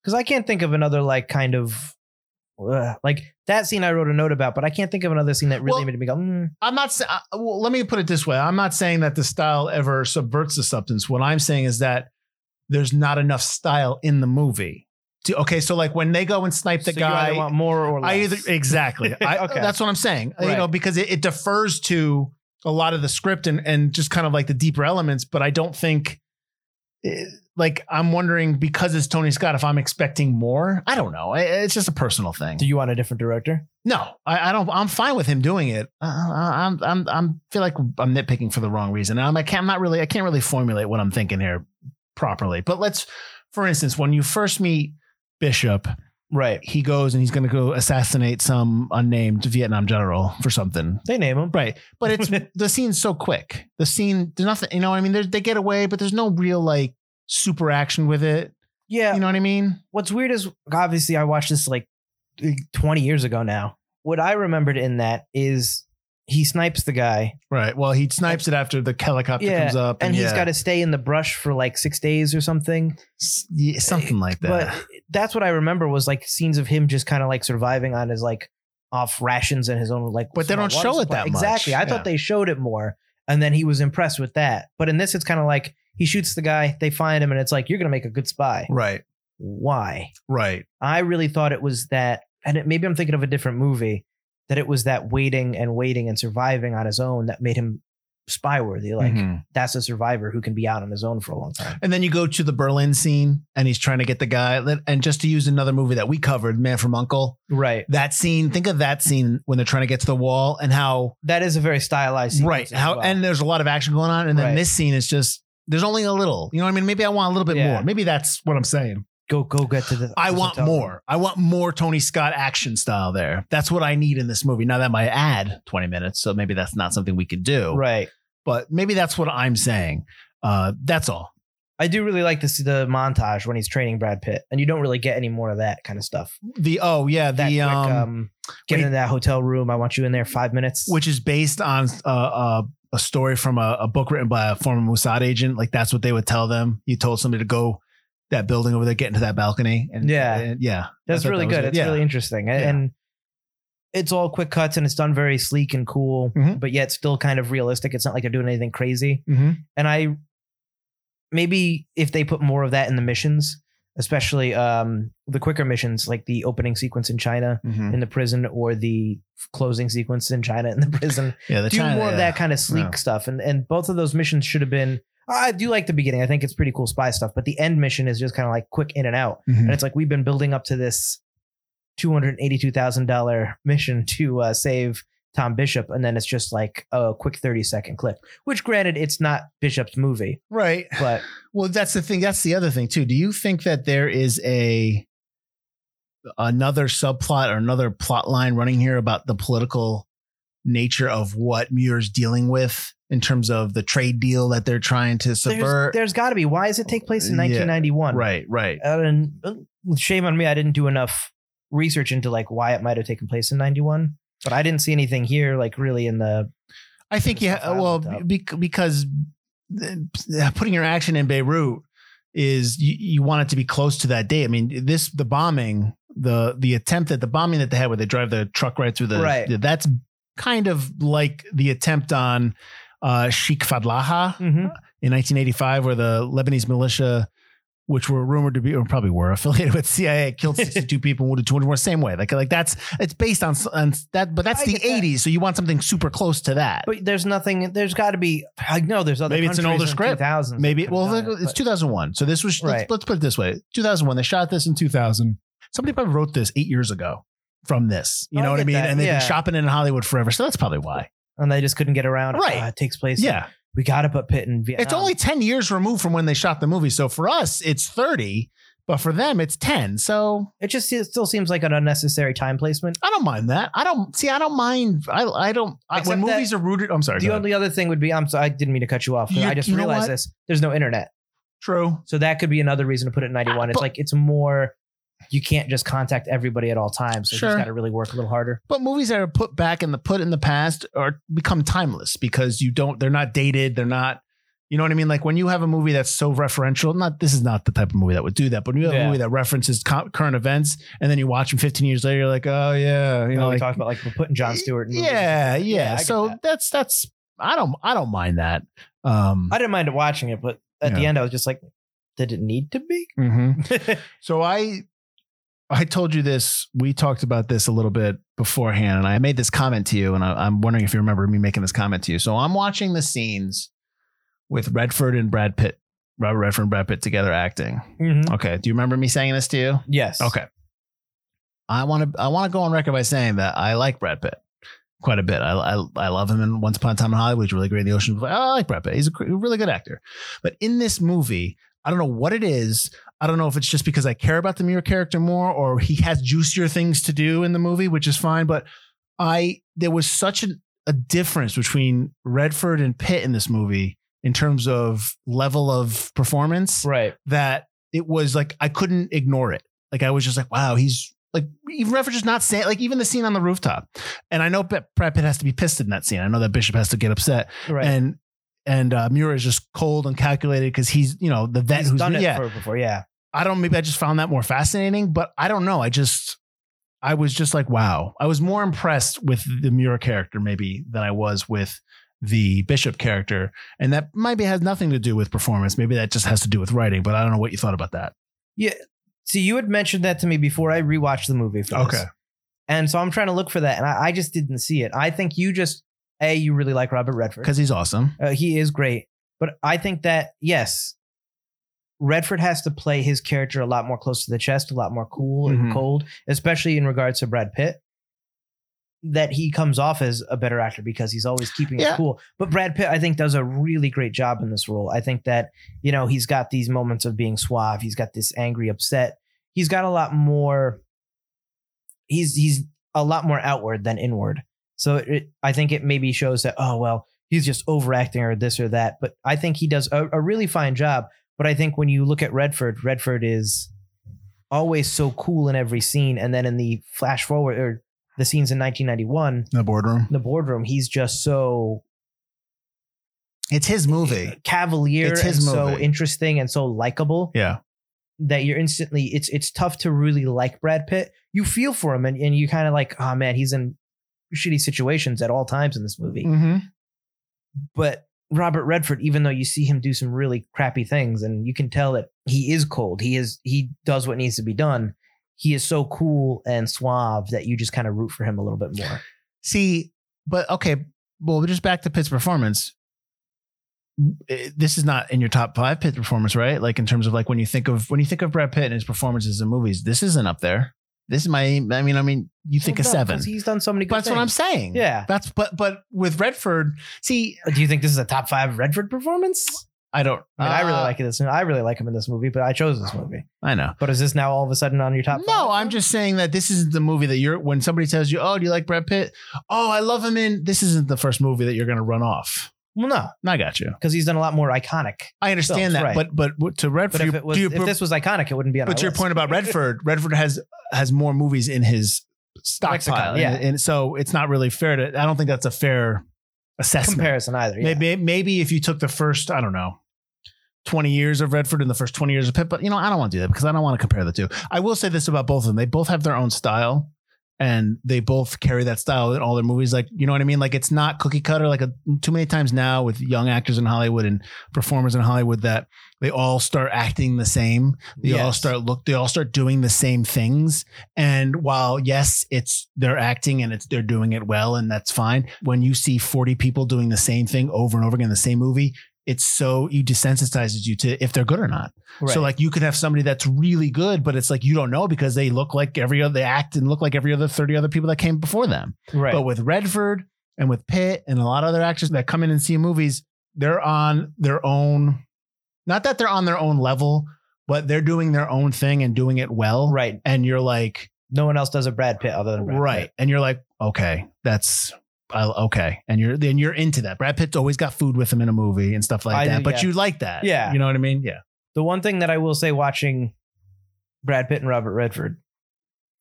B: because I can't think of another like kind of ugh, like that scene I wrote a note about, but I can't think of another scene that really
G: Well-
B: made me go. Mm.
G: I'm not. sa- I- Well, let me put it this way: I'm not saying that the style ever subverts the substance. What I'm saying is that there's not enough style in the movie. To, okay, so like when they go and snipe the
B: so you
G: guy,
B: either want more or less.
G: I either exactly. I,
B: Okay.
G: That's what I'm saying. You
B: Right.
G: know, because it, it defers to a lot of the script and and just kind of like the deeper elements. But I don't think, eh, like, I'm wondering because it's Tony Scott, if I'm expecting more. I don't know. I- It's just a personal thing.
B: Do you want a different director?
G: No, I, I don't. I'm fine with him doing it. I, I, I'm, I'm, I'm feel like I'm nitpicking for the wrong reason. I'm, I can't, I'm not really, I can't really formulate what I'm thinking here properly. But let's, for instance, when you first meet Bishop,
B: Right.
G: he goes and he's going to go assassinate some unnamed Vietnam general for something.
B: They name him.
G: Right. But it's the scene's so quick. The scene, there's nothing, you know what I mean? There's, they get away, but there's no real like super action with it.
B: Yeah.
G: You know what I mean?
B: What's weird is obviously I watched this like 20 years ago now. What I remembered in that is he snipes the guy
G: Right. Well, he snipes it after the helicopter
B: Yeah,
G: comes up.
B: and he's
G: yeah.
B: got to stay in the brush for like six days or something.
G: S- yeah, something like that.
B: But that's what I remember was like scenes of him just kind of like surviving on his like off rations and his own like.
G: But they
B: small
G: don't
B: water
G: show it
B: supply.
G: that much.
B: exactly. I
G: Yeah.
B: thought they showed it more, And then he was impressed with that. But in this, it's kind of like he shoots the guy, they find him, and it's like, you're going to make a good spy.
G: Right.
B: Why?
G: Right.
B: I really thought it was that, and it, maybe I'm thinking of a different movie, that it was that waiting and waiting and surviving on his own that made him spy worthy. Like,
G: Mhm.
B: that's a survivor who can be out on his own for a long time.
G: And then you go to the Berlin scene and he's trying to get the guy. that- And just to use another movie that we covered, Man from Uncle,
B: Right.
G: that scene, think of that scene when they're trying to get to the wall and how,
B: That is a very stylized sequence.
G: right.
B: as
G: How,
B: well.
G: and there's a lot of action going on. And then
B: Right.
G: this scene is just, there's only a little, you know what I mean? Maybe I want a little bit
B: Yeah.
G: more. Maybe that's what I'm saying.
B: go go get to the
G: I
B: the
G: want
B: hotel room.
G: more. I want more Tony Scott action style there. That's what I need in this movie. Now that might add 20 minutes, so maybe that's not something we could do.
B: Right.
G: But maybe that's what I'm saying. Uh, that's all.
B: I do really like this the montage when he's training Brad Pitt, and you don't really get any more of that kind of stuff.
G: The oh yeah, the
B: That quick,
G: um,
B: um, get
G: wait.
B: into that hotel room. I want you in there five minutes.
G: which is based on uh, uh, a story from a, a book written by a former Mossad agent. Like that's what they would tell them. You told somebody to go that building over there, get into that balcony, and
B: Yeah.
G: and- yeah,
B: that's
G: I thought
B: really
G: that was
B: good. It's
G: Yeah.
B: really interesting, and,
G: Yeah.
B: and it's all quick cuts, and it's done very sleek and cool,
G: Mhm.
B: but yet still kind of realistic. It's not like they're doing anything crazy.
G: Mhm.
B: And I maybe if they put more of that in the missions, especially um, the quicker missions, like the opening sequence in China
G: Mhm.
B: in the prison, or the closing sequence in China in the prison.
G: yeah. The
B: do
G: China-
B: more
G: yeah.
B: of that kind of sleek
G: Yeah.
B: stuff. And and both of those missions should have been. I do like the beginning. I think it's pretty cool spy stuff, but the end mission is just kind of like quick in and out.
G: Mhm.
B: And it's like we've been building up to this two hundred eighty-two thousand dollar mission to uh, save Tom Bishop, and then it's just like a quick thirty second clip. Which, granted, it's not Bishop's movie,
G: right.
B: but
G: Well, that's the thing. That's the other thing too. Do you think that there is a another subplot or another plot line running here about the political nature of what Muir's dealing with in terms of the trade deal that they're trying to
B: there's,
G: subvert?
B: there's got to be. Why does it take place in
G: Yeah.
B: nineteen ninety one?
G: right, right.
B: And uh, shame on me, I didn't do enough research into like why it might have taken place in ninety one. But I didn't see anything here, like really in the
G: I think
B: There's
G: yeah.
B: the
G: Well,
B: violent
G: be, because uh, putting your action in Beirut is you, you want it to be close to that day. I mean, this the bombing, the the attempt at the bombing that they had where they drive the truck right through the
B: Right.
G: That's kind of like the attempt on uh, Sheikh Fadlaha
B: Mm-hmm.
G: in 1985, where the Lebanese militia, which were rumored to be or probably were affiliated with CIA, killed 62 people and wounded 200 more. Same way, like like that's it's based on, on that, but that's
B: I
G: the
B: get that.
G: 80s, so you want something super close to that.
B: But there's nothing. There's got to be. I know there's other.
G: Maybe it's an
B: countries
G: older
B: in
G: script.
B: 2000s that
G: Maybe
B: could've
G: well,
B: done
G: look,
B: it,
G: it's
B: but-
G: 2001. So this was
B: Right.
G: let's, let's put it this way: 2001. They shot this in 2000. Somebody probably wrote this eight years ago from this. You
B: Oh, I
G: know what I
B: get
G: mean?
B: that,
G: And they've
B: yeah.
G: been shopping it in Hollywood forever. So that's probably why.
B: and they just couldn't get around.
G: Right.
B: Ah, it takes place.
G: Yeah,
B: we got to put Pitt in Vietnam.
G: it's only 10 years removed from when they shot the movie. So for us, it's 30, but for them, it's 10. So
B: It just it still seems like an unnecessary time placement.
G: I don't mind that. I don't see. I don't mind. I I don't. I, when
B: Except that-
G: movies are rooted, I'm sorry.
B: The
G: go ahead.
B: only other thing would be I'm sorry, I didn't mean to cut you off. but
G: You-
B: I just
G: you know
B: realized
G: what?
B: this. There's no internet,
G: True.
B: so that could be another reason to put it in 91. It's
G: But-
B: like it's more. You can't just contact everybody at all times. So you
G: Sure.
B: just got to really work a little harder.
G: But movies that are put back in the put in the past are become timeless because you don't they're not dated, they're not you know what I mean? Like when you have a movie that's so referential, not this is not the type of movie that would do that, but when you have
B: Yeah.
G: a movie that references co- current events and then you watch them 15 years later, you're like, oh yeah, you
B: You know,
G: know,
B: we
G: like,
B: talk about like we're putting John Stewart. In movies.
G: yeah, yeah,
B: Yeah, I get
G: So
B: that.
G: that's that's I don't I don't mind that. Um,
B: I didn't mind watching it, but at the
G: Yeah.
B: end I was just like, did it need to be? Mm-hmm.
G: mhm. So I I told you this. We talked about this a little bit beforehand, and I made this comment to you, and I, I'm wondering if you remember me making this comment to you. So I'm watching the scenes with Redford and Brad Pitt, Robert Redford and Brad Pitt together acting.
B: Mhm.
G: Okay, do you remember me saying this to you?
B: Yes.
G: Okay. I want to I want to go on record by saying that I like Brad Pitt quite a bit. I I, I love him in Once Upon a Time in Hollywood. He's really great in The Ocean. But I like Brad Pitt. He's a cr- really good actor. But in this movie, I don't know what it is. I don't know if it's just because I care about the Muir character more, or he has juicier things to do in the movie, which is fine. But I there was such an, a difference between Redford and Pitt in this movie in terms of level of performance
B: Right.
G: that it was like I couldn't ignore it. Like I was just like, wow, he's like even Redford just not saying like even the scene on the rooftop. And I know Brad Pitt has to be pissed in that scene. I know that Bishop has to get upset.
B: Right.
G: And and uh, Muir is just cold and calculated because he's you know the vet
B: He's
G: who's
B: done it
G: yeah.
B: for, before. Yeah.
G: I don't maybe I just found that more fascinating, but I don't know. I just I was just like, wow. I was more impressed with the Muir character maybe than I was with the bishop character, and that maybe has nothing to do with performance. Maybe that just has to do with writing. But I don't know what you thought about that.
B: See, you had mentioned that to me before I rewatched the movie for this.
G: Okay.
B: And so I'm trying to look for that, and I, I just didn't see it. I think you just a you really like Robert Redford
G: Because he's awesome.
B: uh, he is great, but I think that yes, Redford has to play his character a lot more close to the chest, a lot more cool
G: Mhm.
B: and cold, especially in regards to Brad Pitt. That he comes off as a better actor because he's always keeping
G: Yeah.
B: it cool. But Brad Pitt, I think, does a really great job in this role. I think that you know he's got these moments of being suave. He's got this angry, upset. He's got a lot more. He's he's a lot more outward than inward. So it, it, I think it maybe shows that oh well he's just overacting or this or that. But I think he does a, a really fine job. But I think when you look at Redford, Redford is always so cool in every scene, and then in the flash forward or the scenes in 1991,
G: In the boardroom.
B: the boardroom, he's just so
G: It's his movie.
B: cavalier
G: It's his
B: and so
G: movie.
B: interesting and so likable
G: Yeah.
B: that you're instantly it's it's tough to really like Brad Pitt. You feel for him and, and you kind of like, oh man, he's in shitty situations at all times in this movie.
G: Mm-hmm.
B: But Robert Redford, even though you see him do some really crappy things and you can tell that he is cold, he is he does what needs to be done. He is so cool and suave that you just kind of root for him a little bit more.
G: See, but okay. Well, just back to Pitt's performance. Eh, This is not in your top five Pitt performance, right? Like in terms of like when you think of when you think of Brad Pitt and his performances in movies, this isn't up there. This is my. I mean, I mean, you think
B: Well,
G: of
B: no,
G: seven.
B: 'cause He's done so many. Good
G: But that's what I'm
B: things.
G: saying.
B: Yeah.
G: That's but but with Redford, see,
B: Uh, Do you think this is a top five Redford performance?
G: I don't.
B: I mean, I really
G: uh,
B: like this. I really like him in this movie, but I chose this movie.
G: I know.
B: But is this now all of a sudden on your top?
G: No, I'm just saying that this isn't the movie that you're. When somebody tells you, "Oh, do you like Brad Pitt?" Oh, I love him in. This isn't the first movie that you're going to run off.
B: Well, no,
G: I got you.
B: because he's done a lot more iconic.
G: I understand
B: Films,
G: that,
B: right.
G: but but what- to Redford,
B: But if it was,
G: do you,
B: if this was iconic, it wouldn't be on.
G: but
B: my
G: to your
B: list.
G: point about Redford, Redford has has more movies in his stockpile,
B: Lexicon, yeah.
G: and, and so it's not really fair to. I don't think that's a fair assessment.
B: comparison either. Yeah.
G: Maybe maybe if you took the first, I don't know, 20 years of Redford and the first 20 years of Pitt, but you know, I don't want to do that because I don't want to compare the two. I will say this about both of them. They both have their own style and they both carry that style in all their movies. Like, you know what I mean? Like it's not cookie cutter. Like a, too many times now with young actors in Hollywood and performers in Hollywood that they all start acting the same. They all
B: Yes.
G: start look, they all start doing the same things. And while yes, it's they're acting and it's they're doing it well and that's fine. When you see 40 people doing the same thing over and over again in the same movie, it's so you desensitizes you to if they're good or not.
B: Right.
G: So like you could have somebody that's really good, but it's like you don't know because they look like every other they act and look like every other 30 other people that came before them.
B: right.
G: But with Redford and with Pitt and a lot of other actors that come in and see movies, they're on their own. Not that they're on their own level, but they're doing their own thing and doing it well.
B: right.
G: And you're like,
B: No one else does a Brad Pitt other than Brad
G: right. And you're like, okay, that's I, okay. And you're then you're into that. Brad Pitt's always got food with him in a movie and stuff like
B: I
G: that.
B: think,
G: but
B: yeah.
G: you like that.
B: Yeah.
G: You know what I mean? Yeah.
B: The one thing that I will say watching Brad Pitt and Robert Redford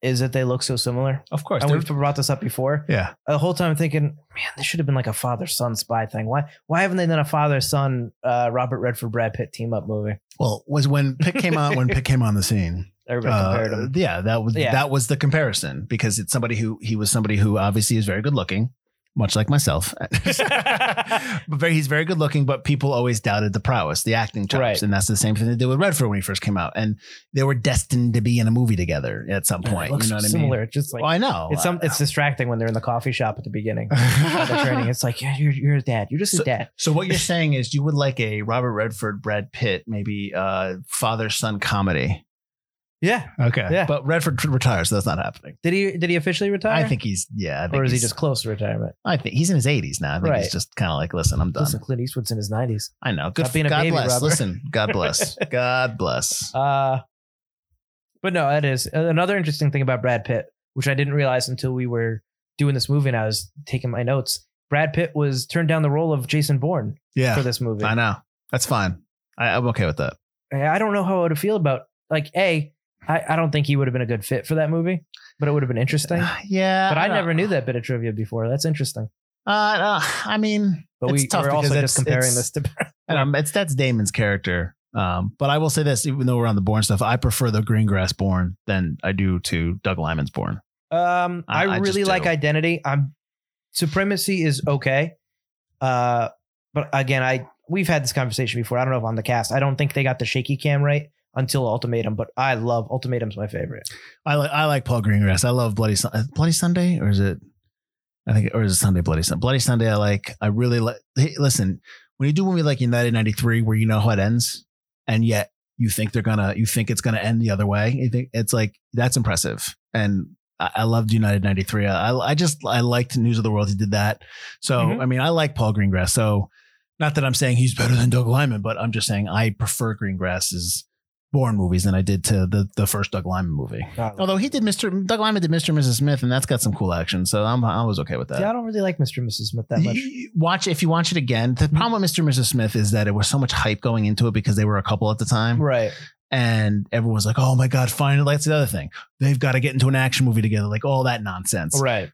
B: is that they look so similar.
G: Of course.
B: And we've brought this up before.
G: yeah.
B: The whole time I'm thinking, man, this should have been like a father son spy thing. Why? Why haven't they done a father son uh, Robert Redford Brad Pitt team up movie?
G: Well, was when Pitt came on when Pitt came on the scene.
B: Everybody compared
G: uh,
B: them.
G: Yeah, that was
B: Yeah.
G: that was the comparison because it's somebody who he was somebody who obviously is very good looking, much like myself. but very, he's very good looking, but people always doubted the prowess, the acting chops,
B: Right.
G: and that's the same thing they did with Redford when he first came out, and they were destined to be in a movie together at some
B: Yeah, it
G: point.
B: looks
G: You know what
B: similar.
G: I mean?
B: It's just like
G: well, I know
B: it's some, it's distracting when they're in the coffee shop at the beginning. of the training.
G: training.
B: It's like yeah, you're you're a dad. You're just a dad.
G: So what you're saying is you would like a Robert Redford, Brad Pitt, maybe uh, father son comedy.
B: Yeah.
G: Okay.
B: Yeah.
G: But Redford t- retires, so that's not happening.
B: Did he did he officially retire?
G: I think he's yeah. I think
B: or is he
G: he's-
B: just close to retirement?
G: I think he's in his 80s now. I think
B: Right.
G: he's just kind of like, listen, I'm done.
B: Listen, Clint Eastwood's in his nineties.
G: I know. Good.
B: Stop being a
G: God
B: baby,
G: bless.
B: Robert.
G: Listen. God bless. God bless.
B: Uh, but no, that is uh, another interesting thing about Brad Pitt, which I didn't realize until we were doing this movie and I was taking my notes. Brad Pitt was turned down the role of Jason Bourne for
G: Yeah.
B: this movie.
G: I know. That's fine. I, I'm okay with that.
B: I I don't know how I would feel about like a. I, I don't think he would have been a good fit for that movie, but it would have been interesting.
G: Yeah.
B: But I
G: don't-
B: never knew that bit of trivia before. That's interesting.
G: Uh, uh, I mean,
B: But
G: it's
B: we,
G: tough
B: we're
G: because
B: also
G: it's-
B: just comparing this
G: it's-
B: to
G: And um, it's that's Damon's character. Um, but I will say this, even though we're on the Bourne stuff, I prefer the Greengrass Bourne than I do to Doug Lyman's Bourne.
B: Um,
G: I-
B: I,
G: I just
B: really like
G: do.
B: identity. I'm supremacy is okay. Uh, but again, I we've had this conversation before. I don't know if on the cast. I don't think they got the shaky cam right until Ultimatum, but I love Ultimatum's my favorite.
G: I like I like Paul Greengrass. I love Bloody Sun- Bloody Sunday, or is it? I think, or is it Sunday Bloody Sunday? Bloody Sunday. I like. I really like. Hey, listen, when you do a movie like United '93, where you know how it ends, and yet you think they're gonna, you think it's gonna end the other way. You think it's like that's impressive. And I, I loved United '93. I, I I just I liked News of the World. He did that. So
B: Mhm.
G: I mean, I like Paul Greengrass. So not that I'm saying he's better than Doug Lyman, but I'm just saying I prefer Greengrass's Born movies than I did to the the first Doug Lyman movie. Although he did Mr. Doug Lyman did Mr. and Mrs. Smith, and that's got some cool action. So I'm, I was okay with that.
B: See, I don't really like Mr. and Mrs. Smith that much.
G: You- you- Watch if you watch it again. The problem with Mr. and Mrs. Smith is that it was so much hype going into it because they were a couple at the time,
B: Right.
G: and everyone was like, "Oh my god, finally!" That's the other thing. They've got to get into an action movie together, like all that nonsense.
B: Right.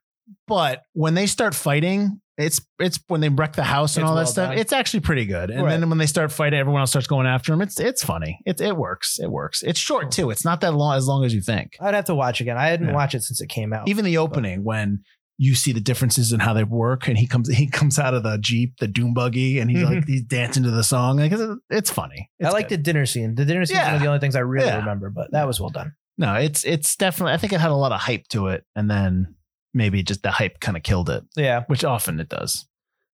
G: But when they start fighting, it's it's when they wreck the house and
B: It's
G: all that
B: well
G: stuff.
B: done.
G: It's actually pretty good. And
B: Right.
G: then when they start fighting, everyone else starts going after them. It's it's funny. It it works. It works. It's short too. It's not that long as long as you think.
B: I'd have to watch again. I hadn't
G: Yeah.
B: watched it since it came out.
G: even the opening when you see the differences in how they work and he comes he comes out of the jeep the doom buggy and he's
B: Mhm.
G: like he's dancing to the song like it's, it's funny
B: I like the dinner scene. The dinner scene is one of
G: Yeah.
B: the only things I really
G: Yeah.
B: remember, but that was well done.
G: no it's it's definitely i think it had a lot of hype to it and then maybe just the hype kind of killed it
B: Yeah.
G: which often it does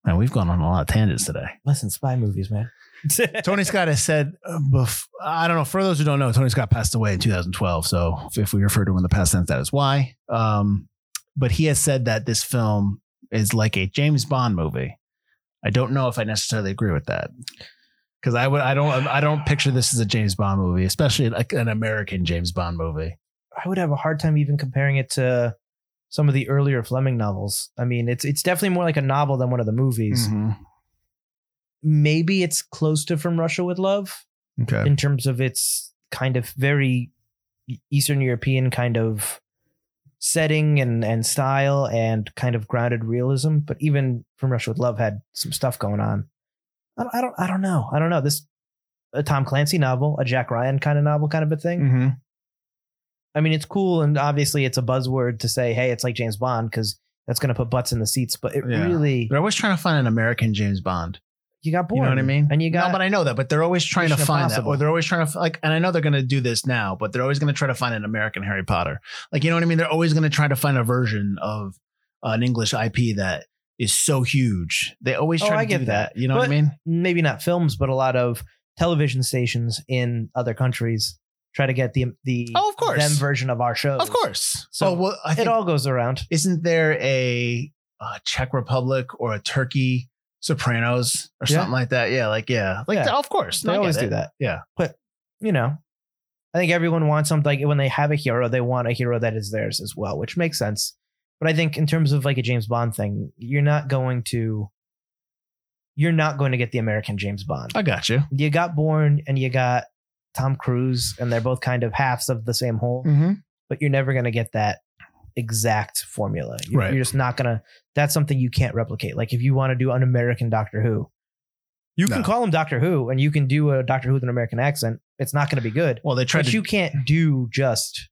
G: and we've gone on a lot of tangents today
B: Listen, spy movies, man.
G: Tony Scott has said, uh, bef- I don't know, for those who don't know, Tony Scott passed away in 2012. So if we refer to him in the past tense, that is why. Um, but he has said that this film is like a James Bond movie. I don't know if I necessarily agree with that. Because I would, I don't, I don't picture this as a James Bond movie, especially like an American James Bond movie.
B: I would have a hard time even comparing it to some of the earlier Fleming novels. I mean, it's it's definitely more like a novel than one of the movies.
G: Mm-hmm.
B: Maybe it's close to From Russia with Love
G: Okay,
B: in terms of its kind of very E-, Eastern European kind of setting and and style and kind of grounded realism. But even From Russia with Love had some stuff going on. I don't I don't, I don't know. I don't know this a Tom Clancy novel, a Jack Ryan kind of novel, kind of a thing.
G: mm-hmm.
B: I mean, it's cool, and obviously, it's a buzzword to say, "Hey, it's like James Bond," because that's going to put butts in the seats. But it
G: Yeah.
B: really,
G: they're always trying to find an American James Bond.
B: you got bored.
G: You know what I mean?
B: And you
G: no,
B: got
G: but I know that. But they're always trying to
B: Mission
G: find that,
B: Impossible.
G: or they're always trying to like. And I know they're going to do this now, but they're always going to try to find an American Harry Potter. Like you know what I mean? They're always going to try to find a version of an English IP that is so huge. They always
B: Oh,
G: try
B: I
G: to
B: get
G: do that.
B: that.
G: You know what I
B: But-
G: mean?
B: maybe not films, but a lot of television stations in other countries try to get the the
G: Oh, of course.
B: them version of our shows.
G: Of course. So
B: So
G: well, I
B: it
G: think
B: all goes around.
G: isn't there a, uh Czech Republic or a Turkey Sopranos or
B: Yeah.
G: something like that? Yeah, like yeah, like
B: Yeah.
G: of course
B: They
G: No, I get
B: always do
G: it.
B: that.
G: Yeah.
B: But you know, I think everyone wants something. Like when they have a hero, they want a hero that is theirs as well, which makes sense. But I think in terms of like a James Bond thing, you're not going to, you're not going to get the American James Bond.
G: I got you.
B: You got Bourne and you got Tom Cruise, and they're both kind of halves of the same whole.
G: Mm-hmm.
B: But you're never going to get that exact formula. You-
G: Right.
B: You're just not gonna. That's something you can't replicate. Like if you want to do an American Doctor Who, you
G: No.
B: can call him Doctor Who, and you can do a Doctor Who with an American accent. It's not going to be good,
G: Well, they tried
B: but
G: to
B: you can't do just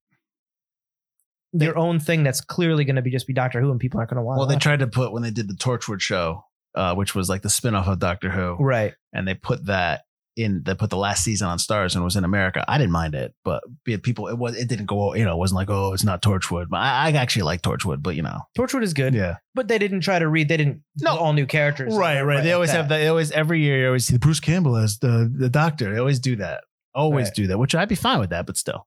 B: your own thing. That's clearly going to be just be Doctor Who, and people aren't going to want.
G: Well, they
B: it.
G: tried to put when they did the Torchwood show, uh, which was like the spinoff of Doctor Who,
B: right.
G: and they put that in. They put the last season on Stars and it was in America. I didn't mind it, but be- people, it was it didn't go. You know, it wasn't like oh, it's not Torchwood. But I, I actually like Torchwood, but you know,
B: Torchwood is good,
G: yeah,
B: but they didn't try to read. They didn't
G: No.
B: all new characters.
G: right, right. They
B: like
G: always have that. They always every year you always see Bruce Campbell as the the Doctor. They always do that. Always
B: Right.
G: do that, which I'd be fine with that, but still,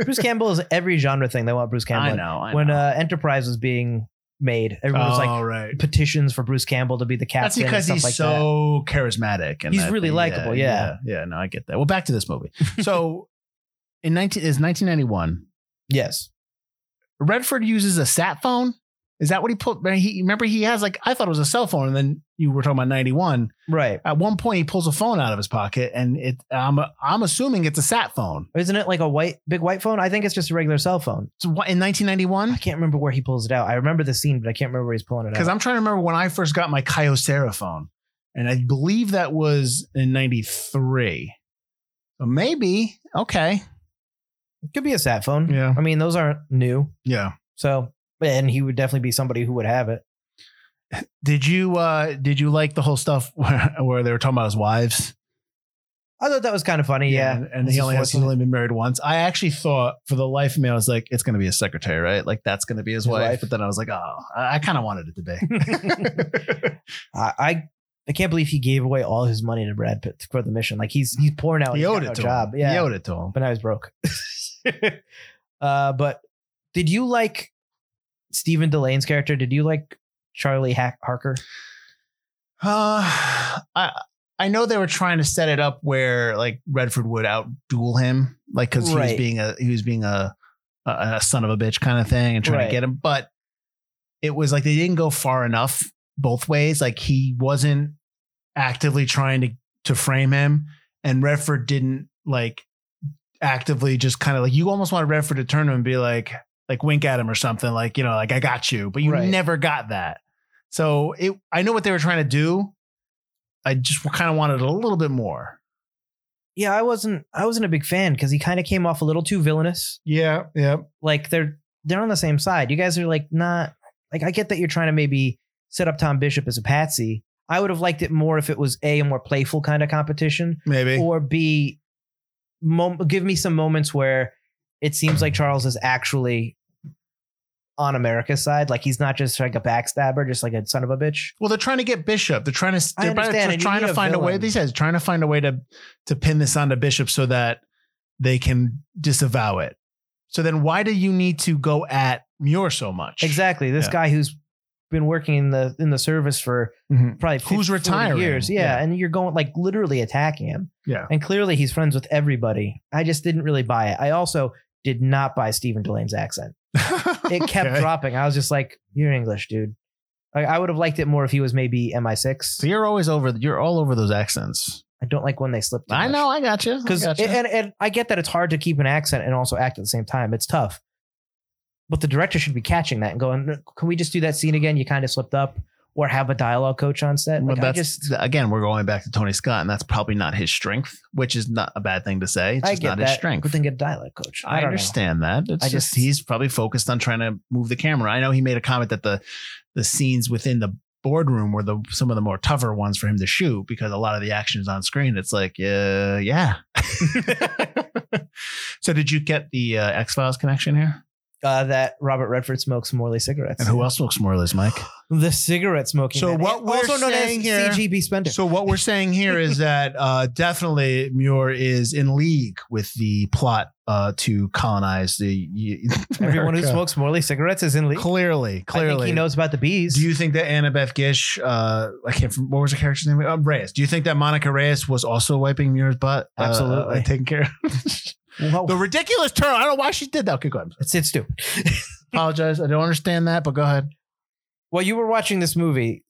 B: Bruce Campbell is every genre thing. They want Bruce Campbell.
G: I
B: in.
G: know. I
B: When
G: know.
B: uh, Enterprise was being made, everyone was like,
G: oh, right.
B: petitions for Bruce Campbell to be the
G: That's
B: captain.
G: because
B: and stuff
G: he's
B: like that.
G: so charismatic. And
B: He's
G: I
B: really
G: think-
B: likable, yeah.
G: yeah. no, I get that. Well, back to this movie. So in 19 is 1991.
B: yes,
G: Redford uses a sat phone. Is that what he pulled? man, He remember he has like I thought it was a cell phone, and then you were talking about 91.
B: right.
G: At one point, he pulls a phone out of his pocket, and it I'm I'm assuming it's a sat phone.
B: Isn't it like a white big white phone? I think it's just a regular cell phone.
G: So what in 1991?
B: I can't remember where he pulls it out. I remember the scene, but I can't remember where he's pulling it
G: Because
B: out.
G: I'm trying to remember when I first got my Kyocera phone, and I believe that was in '93. So maybe okay,
B: It could be a sat phone.
G: Yeah.
B: I mean, those aren't new.
G: yeah.
B: So, and he would definitely be somebody who would have it.
G: Did you uh did you like the whole stuff where, where they were talking about his wives?
B: I thought that was kind of funny. Yeah,
G: and, and
B: This
G: he
B: is
G: only has, he's
B: fortunate.
G: only been married once. I actually thought for the life of me, I was like, it's gonna be his secretary, right? Like that's gonna be his,
B: His
G: wife.
B: wife.
G: But then I was like, oh, I, I kind of wanted it to be.
B: I, I I can't believe he gave away all his money to Brad Pitt for the mission. Like he's he's poor now.
G: he
B: he's got
G: owed
B: no
G: it to
B: job.
G: him.
B: Yeah,
G: He owed it to him.
B: but I was broke. uh, but did you like Stephen Delane's character? Did you like Charlie Hack- Harker?
G: Uh, I I know they were trying to set it up where like Redford would outduel him, like because he was
B: Right.
G: being a he was being a a, a son of a bitch kind of thing and trying
B: Right.
G: to get him, but it was like they didn't go far enough both ways. Like he wasn't actively trying to to frame him, and Redford didn't like actively just kind of like you almost wanted Redford to turn to him and be like like wink at him or something like you know like I got you, but you
B: Right.
G: never got that. So it I know what they were trying to do. I just kind of wanted a little bit more.
B: Yeah, I wasn't. I wasn't a big fan because he kind of came off a little too villainous.
G: Yeah, yeah.
B: Like they're they're on the same side. You guys are like not like I get that you're trying to maybe set up Tom Bishop as a patsy. I would have liked it more if it was a, a more playful kind of competition,
G: Maybe.
B: or B, mom- give me some moments where it seems like Charles is actually on America's side. Like he's not just like a backstabber, just like a son of a bitch.
G: well, they're trying to get Bishop. They're trying to
B: I
G: they're
B: understand,
G: trying to,
B: and you
G: trying
B: need
G: to
B: a
G: find a way.
B: villain.
G: They says trying to find a way to to pin this onto Bishop so that they can disavow it. So then why do you need to go at Muir so much?
B: Exactly. This
G: Yeah.
B: guy who's been working in the in the service for
G: Mhm.
B: probably 50,
G: Who's
B: 40
G: retiring.
B: years. Yeah,
G: Yeah.
B: and you're going like literally attacking him.
G: Yeah.
B: And clearly he's friends with everybody. I just didn't really buy it. I also did not buy Stephen Delane's accent. It kept
G: Okay.
B: dropping. I was just like, "You're English, dude." I, I would have liked it more if he was maybe MI6.
G: So you're always over. You're all over those accents.
B: I don't like when they slip. too
G: I
B: much.
G: know. I got you.
B: because
G: I gotcha.
B: and, and I get that it's hard to keep an accent and also act at the same time. It's tough, but the director should be catching that and going, "Can we just do that scene again? You kind of slipped up." Or have a dialogue coach on set.
G: Well,
B: Like, I
G: that's
B: just
G: again, we're going back to Tony Scott, and that's probably not his strength, which is not a bad thing to say. It's
B: I
G: just
B: get
G: not
B: that,
G: his strength.
B: but then get a dialogue coach.
G: I,
B: don't know.
G: understand that. It's
B: I
G: just,
B: just-
G: he's probably focused on trying to move the camera. I know he made a comment that the the scenes within the boardroom were the some of the more tougher ones for him to shoot because a lot of the action is on screen. It's like, uh, yeah. so did you get the uh, X Files connection here?
B: Uh, that Robert Redford smokes Morley cigarettes.
G: And who else smokes more of those, Mike?
B: The cigarette smoking.
G: So
B: man.
G: what we're
B: also known
G: saying
B: as
G: here-
B: CGB Spender.
G: So what we're saying here is that uh, definitely Muir is in league with the plot uh, to colonize the
B: Everyone who
G: America.
B: smokes Morley cigarettes is in league.
G: Clearly,
B: I
G: clearly,
B: think he knows about the bees.
G: Do you think that Annabeth Gish, uh, I can't. Remember, what was her character's name? Um, Reyes. Do you think that Monica Reyes was also wiping Muir's butt? uh,
B: Absolutely.
G: like, taking care. of
B: Whoa.
G: The ridiculous turn. I don't know why she did that. Okay, go ahead.
B: it's it's stupid.
G: Apologize. I don't understand that, but go ahead.
B: while you were watching this movie,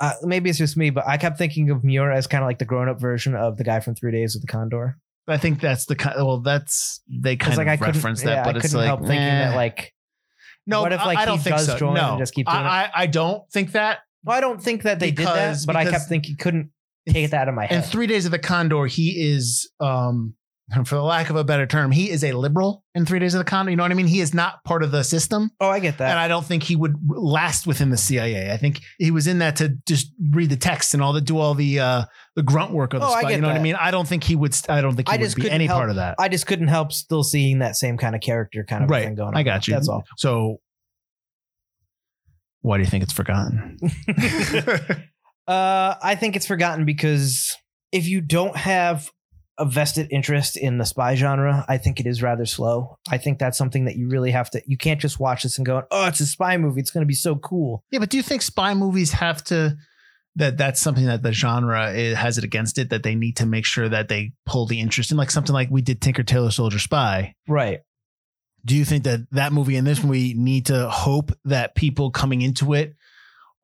B: uh, maybe it's just me, but I kept thinking of Muir as kind of like the grown-up version of the guy from Three Days with the Condor.
G: I think that's the kind. Well, that's they kind
B: Because like
G: of
B: I couldn't,
G: reference that,
B: yeah,
G: but
B: I
G: it's
B: couldn't
G: like
B: help thinking that
G: nah.
B: like,
G: No,
B: What if, like,
G: I, I
B: he
G: don't think
B: does
G: so.
B: join
G: no,
B: and just keep doing it?
G: I, I, I don't think that.
B: well, I don't think that they
G: Because-
B: did that, but I
G: because-
B: kept thinking couldn't take that out of my
G: In
B: head.
G: Three Days of the Condor, he is, um, for the lack of a better term, he is a liberal in Three Days of the Condor. You know what I mean? He is not part of the system,
B: oh, I get
G: and
B: that.
G: I don't think he would last within the CIA. I think he was in that to just read the text and all the do all the uh, the grunt work of the
B: Oh, I
G: spy. You
B: get
G: know what I
B: that.
G: mean? I don't think he would. st- I don't think he
B: I
G: would
B: just
G: be
B: couldn't
G: any
B: help-
G: part of that.
B: I just couldn't help still seeing that same kind of character kind of
G: Right.
B: thing going on.
G: I got you.
B: That's all.
G: So, why do you think it's forgotten?
B: Uh, I think it's forgotten because if you don't have a vested interest in the spy genre, I think it is rather slow. I think that's something that you really have to. You can't just watch this and go, "Oh, it's a spy movie. It's going to be so cool."
G: Yeah, but do you think spy movies have to that that's something that the genre i- has it against it that they need to make sure that they pull the interest in like something like we did Tinker Tailor Soldier Spy.
B: Right.
G: Do you think that that movie and this movie need to hope that people coming into it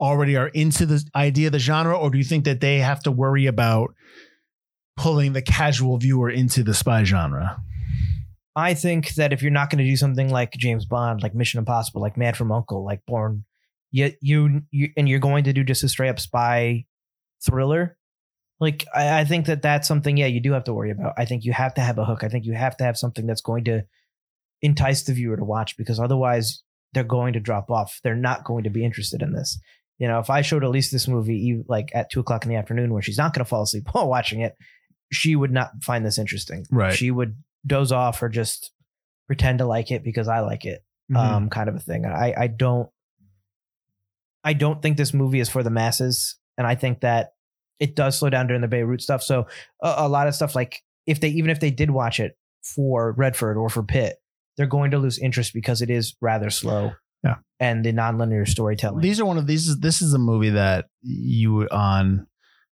G: already are into the idea of the genre or do you think that they have to worry about pulling the casual viewer into the spy genre?
B: I think that if you're not going to do something like James Bond, like Mission Impossible, like Mad from Uncle, like Born, you you, you and you're going to do just a straight up spy thriller. Like I, I think that that's something. Yeah, you do have to worry about. I think you have to have a hook. I think you have to have something that's going to entice the viewer to watch because otherwise they're going to drop off. They're not going to be interested in this. You know, if I showed Elise this movie eve- like at two o'clock in the afternoon, where she's not going to fall asleep while watching it, she would not find this interesting.
G: Right.
B: She would doze off or just pretend to like it because I like it,
G: Mm-hmm.
B: um, kind of a thing. I I don't, I don't think this movie is for the masses, and I think that it does slow down during the Beirut stuff. So a, a lot of stuff like if they even if they did watch it for Redford or for Pitt, they're going to lose interest because it is rather slow.
G: Yeah.
B: And the nonlinear storytelling.
G: These are one of these. is This is a movie that you on.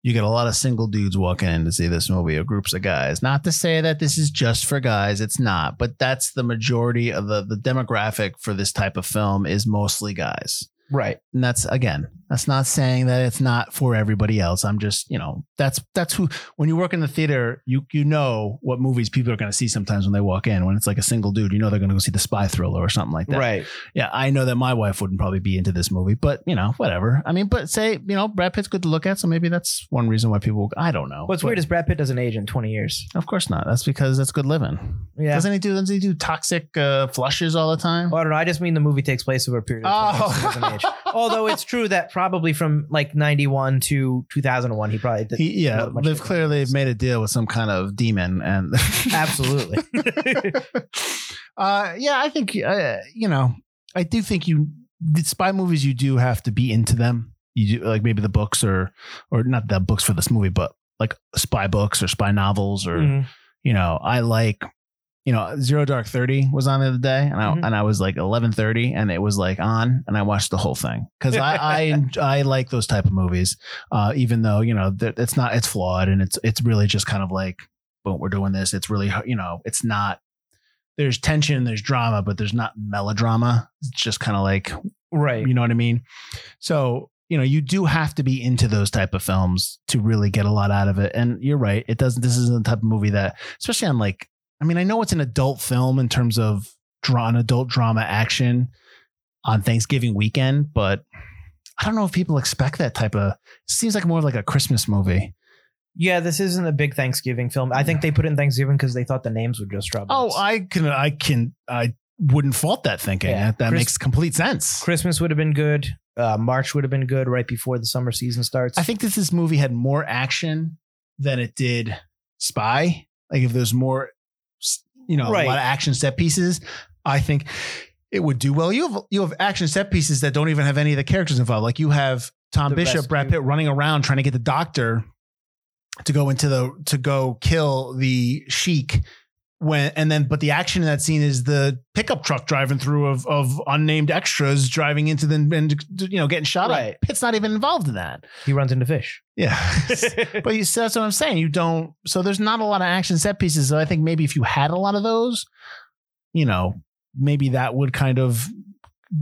G: You get a lot of single dudes walking in to see this movie, or groups of guys. Not to say that this is just for guys; it's not. But that's the majority of the the demographic for this type of film is mostly guys.
B: right.
G: And that's again, that's not saying that it's not for everybody else. I'm just, you know, that's that's who when you work in the theater, you you know what movies people are going to see sometimes when they walk in. When it's like a single dude, you know they're going to go see the spy thriller or something like that.
B: Right.
G: Yeah, I know that my wife wouldn't probably be into this movie, but you know, whatever. I mean, but say, you know, Brad Pitt's good to look at, so maybe that's one reason why people. I don't know.
B: What's
G: But
B: weird is Brad Pitt doesn't age in 20 years.
G: of course not. That's because that's good living.
B: Yeah.
G: Doesn't he do? Doesn't he do toxic uh, flushes all the time?
B: Well, I don't know. I just mean the movie takes place over a period of
G: Oh.
B: time. so he doesn't age. Although it's true that probably from like 91 to 2001, he probably did.
G: He- yeah,
B: not much
G: they've
B: different.
G: clearly made a deal with some kind of demon, and
B: Absolutely.
G: uh, yeah, I think uh, you know, I do think you the spy movies. You do have to be into them. You do like maybe the books or or not the books for this movie, but like spy books or spy novels or
B: Mhm.
G: you know, I like, you know, Zero Dark Thirty was on the other day, and I
B: Mhm.
G: and I was like eleven thirty, and it was like on, and I watched the whole thing because I I I like those type of movies, uh, even though you know that it's not it's flawed and it's it's really just kind of like, boom, we're doing this. It's really you know, it's not. There's tension, there's drama, but there's not melodrama. It's just kind of like
B: Right.
G: you know what I mean? So, you know, you do have to be into those type of films to really get a lot out of it. And you're right. It doesn't, this isn't the type of movie that, especially on like, I mean, I know it's an adult film in terms of draw an adult drama action on Thanksgiving weekend, but I don't know if people expect that type of, it seems like more of like a Christmas movie.
B: Yeah, this isn't a big Thanksgiving film. I think they put in Thanksgiving because they thought the names would just drop.
G: Oh,
B: It's-
G: I can, I can, I wouldn't fault that thinking.
B: Yeah.
G: That, that
B: Chris-
G: makes complete sense.
B: Christmas would have been good. Uh, March would have been good right before the summer season starts.
G: I think that this movie had more action than it did Spy. Like if there's more, you know,
B: Right.
G: a lot of action set pieces, I think it would do well. You have you have action set pieces that don't even have any of the characters involved. Like you have Tom
B: The
G: Bishop,
B: rescue.
G: Brad Pitt running around trying to get the doctor to go into the to go kill the sheik. When and then, but the action in that scene is the pickup truck driving through of of unnamed extras driving into the and you know getting shot
B: Right.
G: at. Pitt's not even involved in that.
B: he runs into fish.
G: Yeah. but you, so that's what I'm saying. You don't. So there's not a lot of action set pieces. So I think maybe if you had a lot of those, you know, maybe that would kind of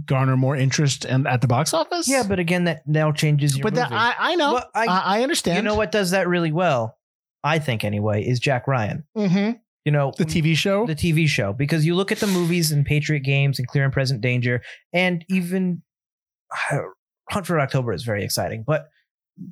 G: garner more interest and at the box office.
B: Yeah, but again, that now changes your.
G: but that,
B: movie.
G: I, I know.
B: Well,
G: I,
B: I-
G: I understand.
B: you know what does that really well? I think anyway is Jack Ryan.
G: Mhm.
B: You know
G: The TV show.
B: the TV show because you look at the movies and Patriot Games and Clear and Present Danger and even Hunt for October is very exciting, but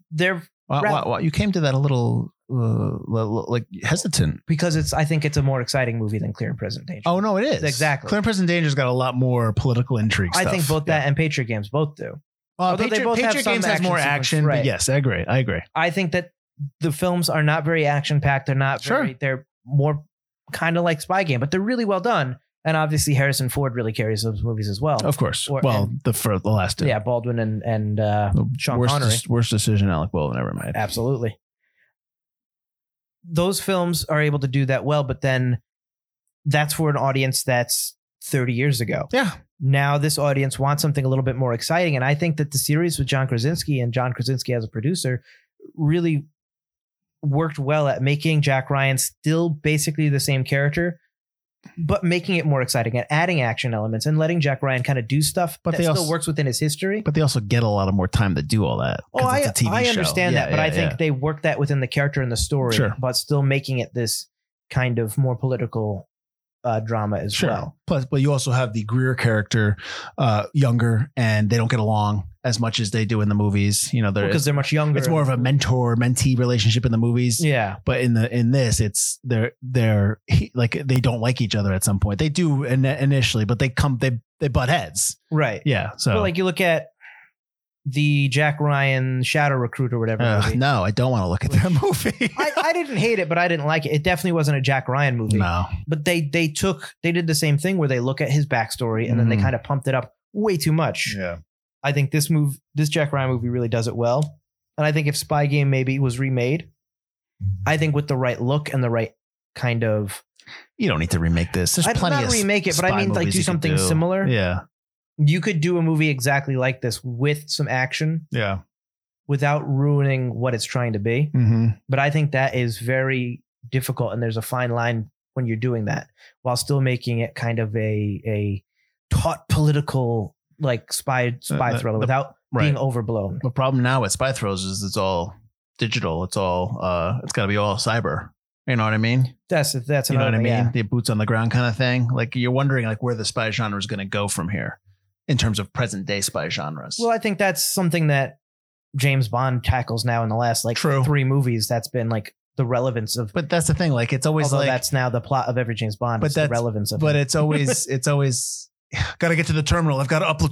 B: they're
G: wow, wow, wow. You came to that a little uh, li- li- like hesitant.
B: because it's I think it's a more exciting movie than Clear and Present Danger.
G: Oh no, it is
B: Exactly.
G: Clear and Present Danger's got a lot more political intrigue.
B: I
G: stuff.
B: think both that and Patriot Games both do.
G: Uh,
B: although they
G: Patriot,
B: both have
G: Patriot
B: some
G: Games has
B: action
G: more
B: sequence,
G: action.
B: right.
G: But yes, I agree. I agree.
B: I think that the films are not very action packed. They're not
G: Sure.
B: very, they're more kind of like Spy Game, but they're really well done. And obviously, Harrison Ford really carries those movies as well.
G: Of course.
B: Or-
G: well,
B: and-
G: the for the last two.
B: yeah, Baldwin and and uh,
G: The
B: Sean
G: worst,
B: Connery.
G: worst decision Alec Baldwin ever made.
B: absolutely. Those films are able to do that well, but then that's for an audience that's 30 years ago.
G: Yeah.
B: Now this audience wants something a little bit more exciting, and I think that the series with John Krasinski and John Krasinski as a producer really worked well at making Jack Ryan still basically the same character, but making it more exciting and adding action elements and letting Jack Ryan kind of do stuff
G: But
B: that
G: they
B: still
G: also-
B: works within his history.
G: But they also get a lot of more time to do all that.
B: Oh,
G: 'cause
B: I,
G: it's a TV
B: I
G: show.
B: understand
G: Yeah,
B: that, but
G: yeah,
B: I think
G: yeah.
B: they work that within the character and the story,
G: Sure.
B: but still making it this kind of more political uh, drama as
G: sure.
B: well.
G: Plus, but you also have the Greer character, uh, younger, and they don't get along as much as they do in the movies. You know, they're
B: Because they're much younger.
G: it's more of a mentor mentee relationship in the movies.
B: yeah,
G: But in the in this, it's they're they're he, like they don't like each other at some point. They do in, initially, but they come they they butt heads.
B: right.
G: Yeah. So
B: But like you look at the Jack Ryan Shadow Recruit or whatever.
G: Ugh,
B: movie.
G: uh, no, I don't want to look at that movie.
B: I, I didn't hate it, but I didn't like it. It definitely wasn't a Jack Ryan movie.
G: no.
B: But they they took they did the same thing where they look at his backstory and then they
G: Mhm.
B: kind of pumped it up way too much.
G: Yeah.
B: I think this move this Jack Ryan movie really does it well. And I think if Spy Game maybe was remade, I think with the right look and the right kind of
G: You don't need to remake this. There's
B: I'd
G: plenty
B: not
G: of s-
B: remake it, but I
G: spy
B: mean, like,
G: movies
B: do
G: you could
B: something
G: do.
B: similar.
G: Yeah.
B: you could do a movie exactly like this with some action
G: Yeah.
B: without ruining what it's trying to be.
G: Mm-hmm.
B: But I think that is very difficult, and there's a fine line when you're doing that while still making it kind of a a taut political like spy spy
G: the-
B: thriller
G: Uh, the-
B: without
G: right.
B: being overblown.
G: The problem now with spy throws is it's all digital. It's all uh it's gotta be all cyber. You know what I mean?
B: That's that's
G: you know what I
B: another-
G: mean?
B: yeah.
G: The boots on the ground kind of thing. Like you're wondering like where the spy genre is gonna go from here in terms of present day spy genres.
B: Well, I think that's something that James Bond tackles now in the last like
G: True.
B: three movies. That's been like the relevance of.
G: but that's the thing, like it's always
B: Although
G: like
B: that's now the plot of every James Bond,
G: But
B: it's the
G: that's-
B: relevance of
G: but
B: it.
G: it's always it's always gotta get to the terminal. I've gotta upload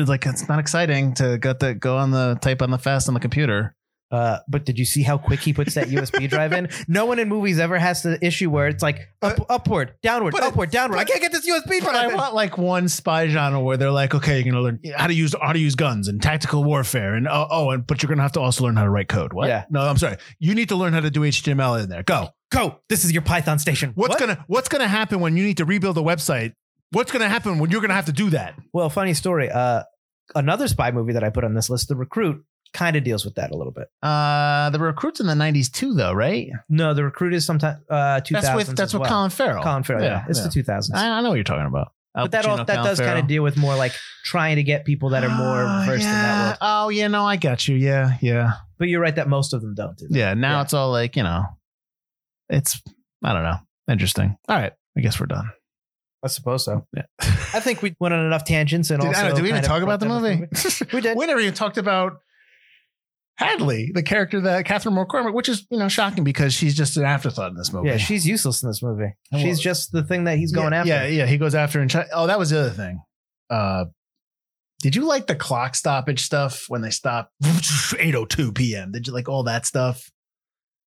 G: it's like it's not exciting to go to go on the type on the fast on the computer.
B: Uh, but did you see how quick he puts that USB drive in? No one in movies ever has the issue where it's like up, upward, downward,
G: but-
B: upward, downward. I
G: but-
B: can't get this USB
G: But I
B: drive. in.
G: want like one spy genre where they're like, okay, you're gonna learn how to use how to use guns and tactical warfare, and oh, oh and but you're gonna have to also learn how to write code. What?
B: Yeah.
G: No, I'm sorry. You need to learn how to do HTML in there. Go.
B: Go. This is your Python station.
G: What's
B: What?
G: gonna What's gonna happen when you need to rebuild a website? What's gonna happen when you're gonna have to do that?
B: Well, funny story. Uh, another spy movie that I put on this list, The Recruit, kind of deals with that a little bit.
G: Uh, the recruits in the '90s too, though, right?
B: No, The Recruit is sometimes uh, 2000s.
G: That's with That's
B: as
G: with
B: well.
G: Colin Farrell.
B: Colin Farrell. Yeah, it's the 2000s.
G: I, I know what you're talking about. Al
B: but that all,
G: Pacino,
B: that
G: Colin
B: does kind
G: Farrell.
B: of deal with more like trying to get people that are more
G: Oh,
B: versed in that
G: yeah.
B: world.
G: Oh yeah, no, I got you. Yeah, yeah,
B: But you're right that most of them don't do that.
G: yeah. Now
B: Yeah.
G: it's all like you know, it's I don't know, interesting. All right, I guess we're done.
B: I suppose so.
G: Yeah.
B: I think we went on enough tangents and
G: Did,
B: also.
G: I don't know, did we even
B: kind of
G: talk about
B: brought
G: the
B: down this
G: movie?
B: We did.
G: we never even talked about Hadley, the character that Catherine McCormick, which is you know shocking because she's just an afterthought in this movie.
B: Yeah, she's useless in this movie.
G: Well-
B: She's just the thing that he's going
G: yeah,
B: after.
G: Yeah, yeah, he goes after and try- oh, that was the other thing. Uh, did you like the clock stoppage stuff when they stop 8:02 p.m.? Did you like all that stuff?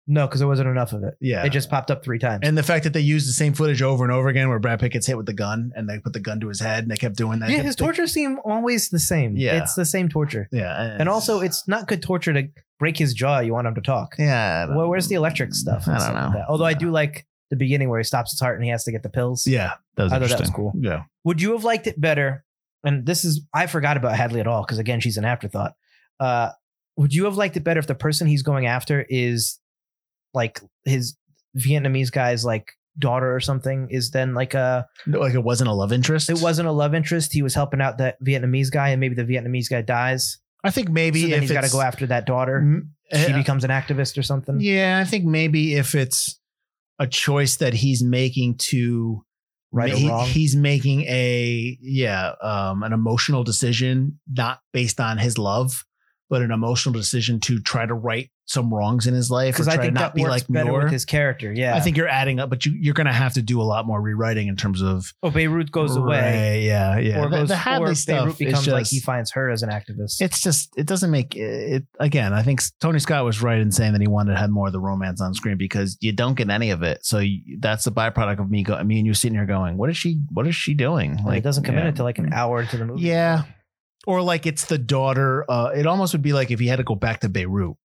B: No, because there wasn't enough of it.
G: Yeah,
B: It just popped up three times.
G: And the fact that they used the same footage over and over again where Brad Pitt gets hit with the gun and they put the gun to his head and they kept doing that.
B: yeah, his torture seemed always the same.
G: Yeah.
B: It's the same torture.
G: Yeah.
B: And also, it's not good torture to break his jaw. You want him to talk.
G: yeah. I don't-
B: Well, where's the electric stuff? and
G: I don't
B: stuff like
G: know.
B: that? Although I do like the beginning where he stops his heart and he has to get the pills.
G: Yeah. That was
B: I thought that
G: interesting.
B: was cool.
G: Yeah.
B: Would you have liked it better? And this is I forgot about Hadley at all because again she's an afterthought. Uh, would you have liked it better if the person he's going after is like his Vietnamese guy's like daughter or something? Is then like a
G: Like it wasn't a love interest.
B: it wasn't a love interest. He was helping out that Vietnamese guy, and maybe the Vietnamese guy dies.
G: I think
B: So
G: maybe
B: then
G: if
B: he's got to
G: it's-
B: go after that daughter.
G: Mm,
B: She
G: uh,
B: becomes an activist or something.
G: Yeah. I think maybe if it's a choice that he's making to.
B: Right or
G: he-
B: wrong.
G: He's making a yeah um, an emotional decision, not based on his love, but an emotional decision to try to right some wrongs in his life.
B: Because
G: or
B: I
G: try
B: think
G: to
B: that
G: not be
B: works
G: like
B: better
G: Muir.
B: with his character. Yeah.
G: I think you're adding up, but you, you're going to have to do a lot more rewriting in terms of
B: oh, Beirut goes away.
G: Right, yeah, yeah.
B: Or
G: the,
B: goes,
G: the Hadley
B: or
G: stuff
B: Beirut
G: is
B: becomes like
G: just-
B: he finds her as an activist.
G: it's just it doesn't make it again. I think Tony Scott was right in saying that he wanted to have more of the romance on screen because you don't get any of it. So you, that's the byproduct of me. Go, me and you sitting here going, "What is she? What is she doing?"
B: Like, it doesn't come in
G: yeah.
B: until like an hour into the movie.
G: Yeah. Or like it's the daughter. Uh, it almost would be like if he had to go back to Beirut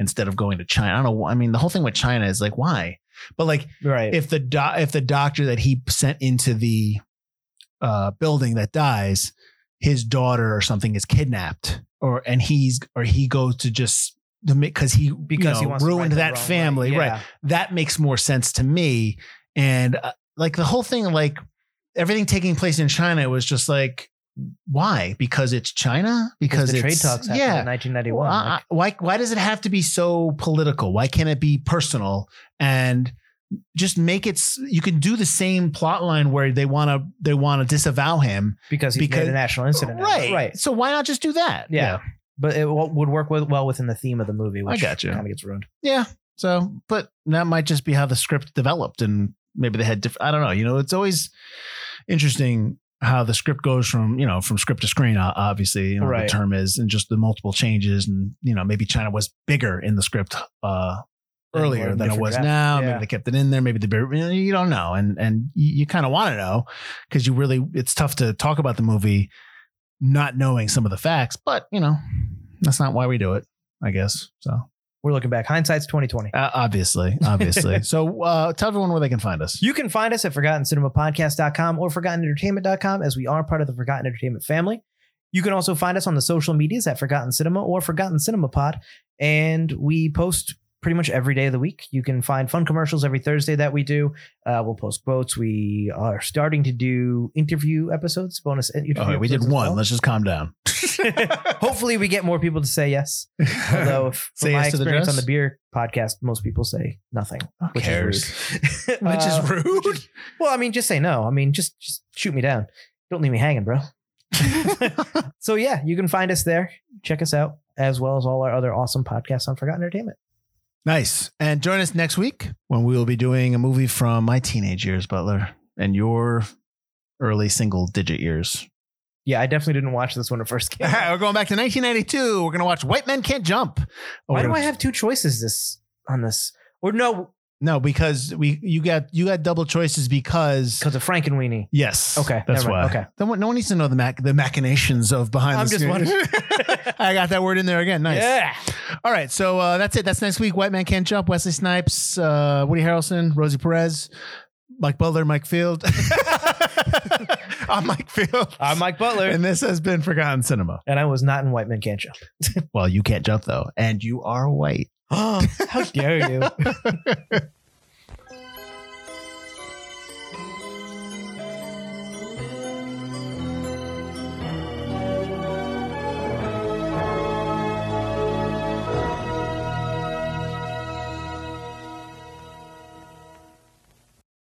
G: instead of going to China. I don't know. I mean, the whole thing with China is like, why? But like
B: Right.
G: if the do- if the doctor that he sent into the uh, building that dies, his daughter or something is kidnapped, or and he's or he goes to just because he
B: because
G: because
B: he wants
G: he
B: to right
G: ruined
B: the
G: that
B: wrong way.
G: family, right?
B: Yeah.
G: That makes more sense to me, and uh, like the whole thing, like everything taking place in China was just like why? Because it's China? Because
B: Because the trade
G: it's-
B: talks happened
G: yeah.
B: in 1991.
G: Well, I-
B: like,
G: I- why why does it have to be so political? Why can't it be personal and just make it s- you can do the same plot line where they want to they want to disavow him.
B: because he
G: because-
B: made a national incident. out of it.
G: right.
B: uh, Right.
G: So why not just do that?
B: Yeah. But it w- would work with, well within the theme of the movie, which
G: gotcha.
B: kind of gets ruined.
G: Yeah. Yeah. So, but that might just be how the script developed and maybe they had different I don't know, you know, it's always interesting how the script goes from you know from script to screen o- obviously you know,
B: Right.
G: the term is and just the multiple changes and you know maybe china was bigger in the script uh
B: Than
G: earlier
B: what
G: than
B: they
G: it was
B: forgot.
G: now
B: Yeah.
G: maybe they kept it in there maybe they bur- you know, you don't know and and you, you kind of want to know because you really it's tough to talk about the movie not knowing some of the facts but you know that's not why we do it i guess so
B: We're looking back. Hindsight's 2020.
G: uh, obviously obviously so uh tell everyone where they can find us
B: You can find us at ForgottenCinemaPodcast.com or ForgottenEntertainment.com as we are part of the Forgotten Entertainment family. You can also find us on the social medias at Forgotten Cinema or Forgotten Cinema Pod, and we post pretty much every day of the week. You can find fun commercials every Thursday that we do. Uh, we'll post quotes. We are starting to do interview episodes, bonus interview.
G: all right we did
B: episodes as
G: one
B: well.
G: let's just calm down
B: Hopefully, we get more people to say yes. Although, if,
G: Say
B: from my
G: yes to the
B: experience on
G: dress?
B: the beer podcast, most people say nothing, which
G: cares?
B: is rude.
G: which
B: Uh,
G: is rude
B: Well, I mean, just say no. I mean, just just shoot me down. Don't leave me hanging, bro. so yeah, you can find us there. Check us out as well as all our other awesome podcasts on Forgotten Entertainment.
G: Nice. And join us next week when we will be doing a movie from my teenage years, Butler, and your early single digit years.
B: Yeah, I definitely didn't watch this when it first came. out.
G: We're going back to 1992. We're going to watch White Men Can't Jump.
B: Why
G: Or-
B: do I have two choices this on this? Or no,
G: No, because we you got you got double choices because
B: because of Frank and Weenie.
G: yes.
B: Okay,
G: That's
B: never
G: why.
B: mind. Okay.
G: No one, no one needs to know the mac the machinations of behind
B: I'm
G: the
B: just
G: scenes. I got that word in there again. Nice.
B: Yeah.
G: All right, so uh, that's it. That's next week. White Man Can't Jump. Wesley Snipes, uh, Woody Harrelson, Rosie Perez, Mike Butler, Mike Field. I'm Mike Field.
B: I'm Mike Butler.
G: And this has been Forgotten Cinema.
B: And I was not in White Men Can't Jump.
G: Well, you can't jump though, and you are white.
B: How dare you?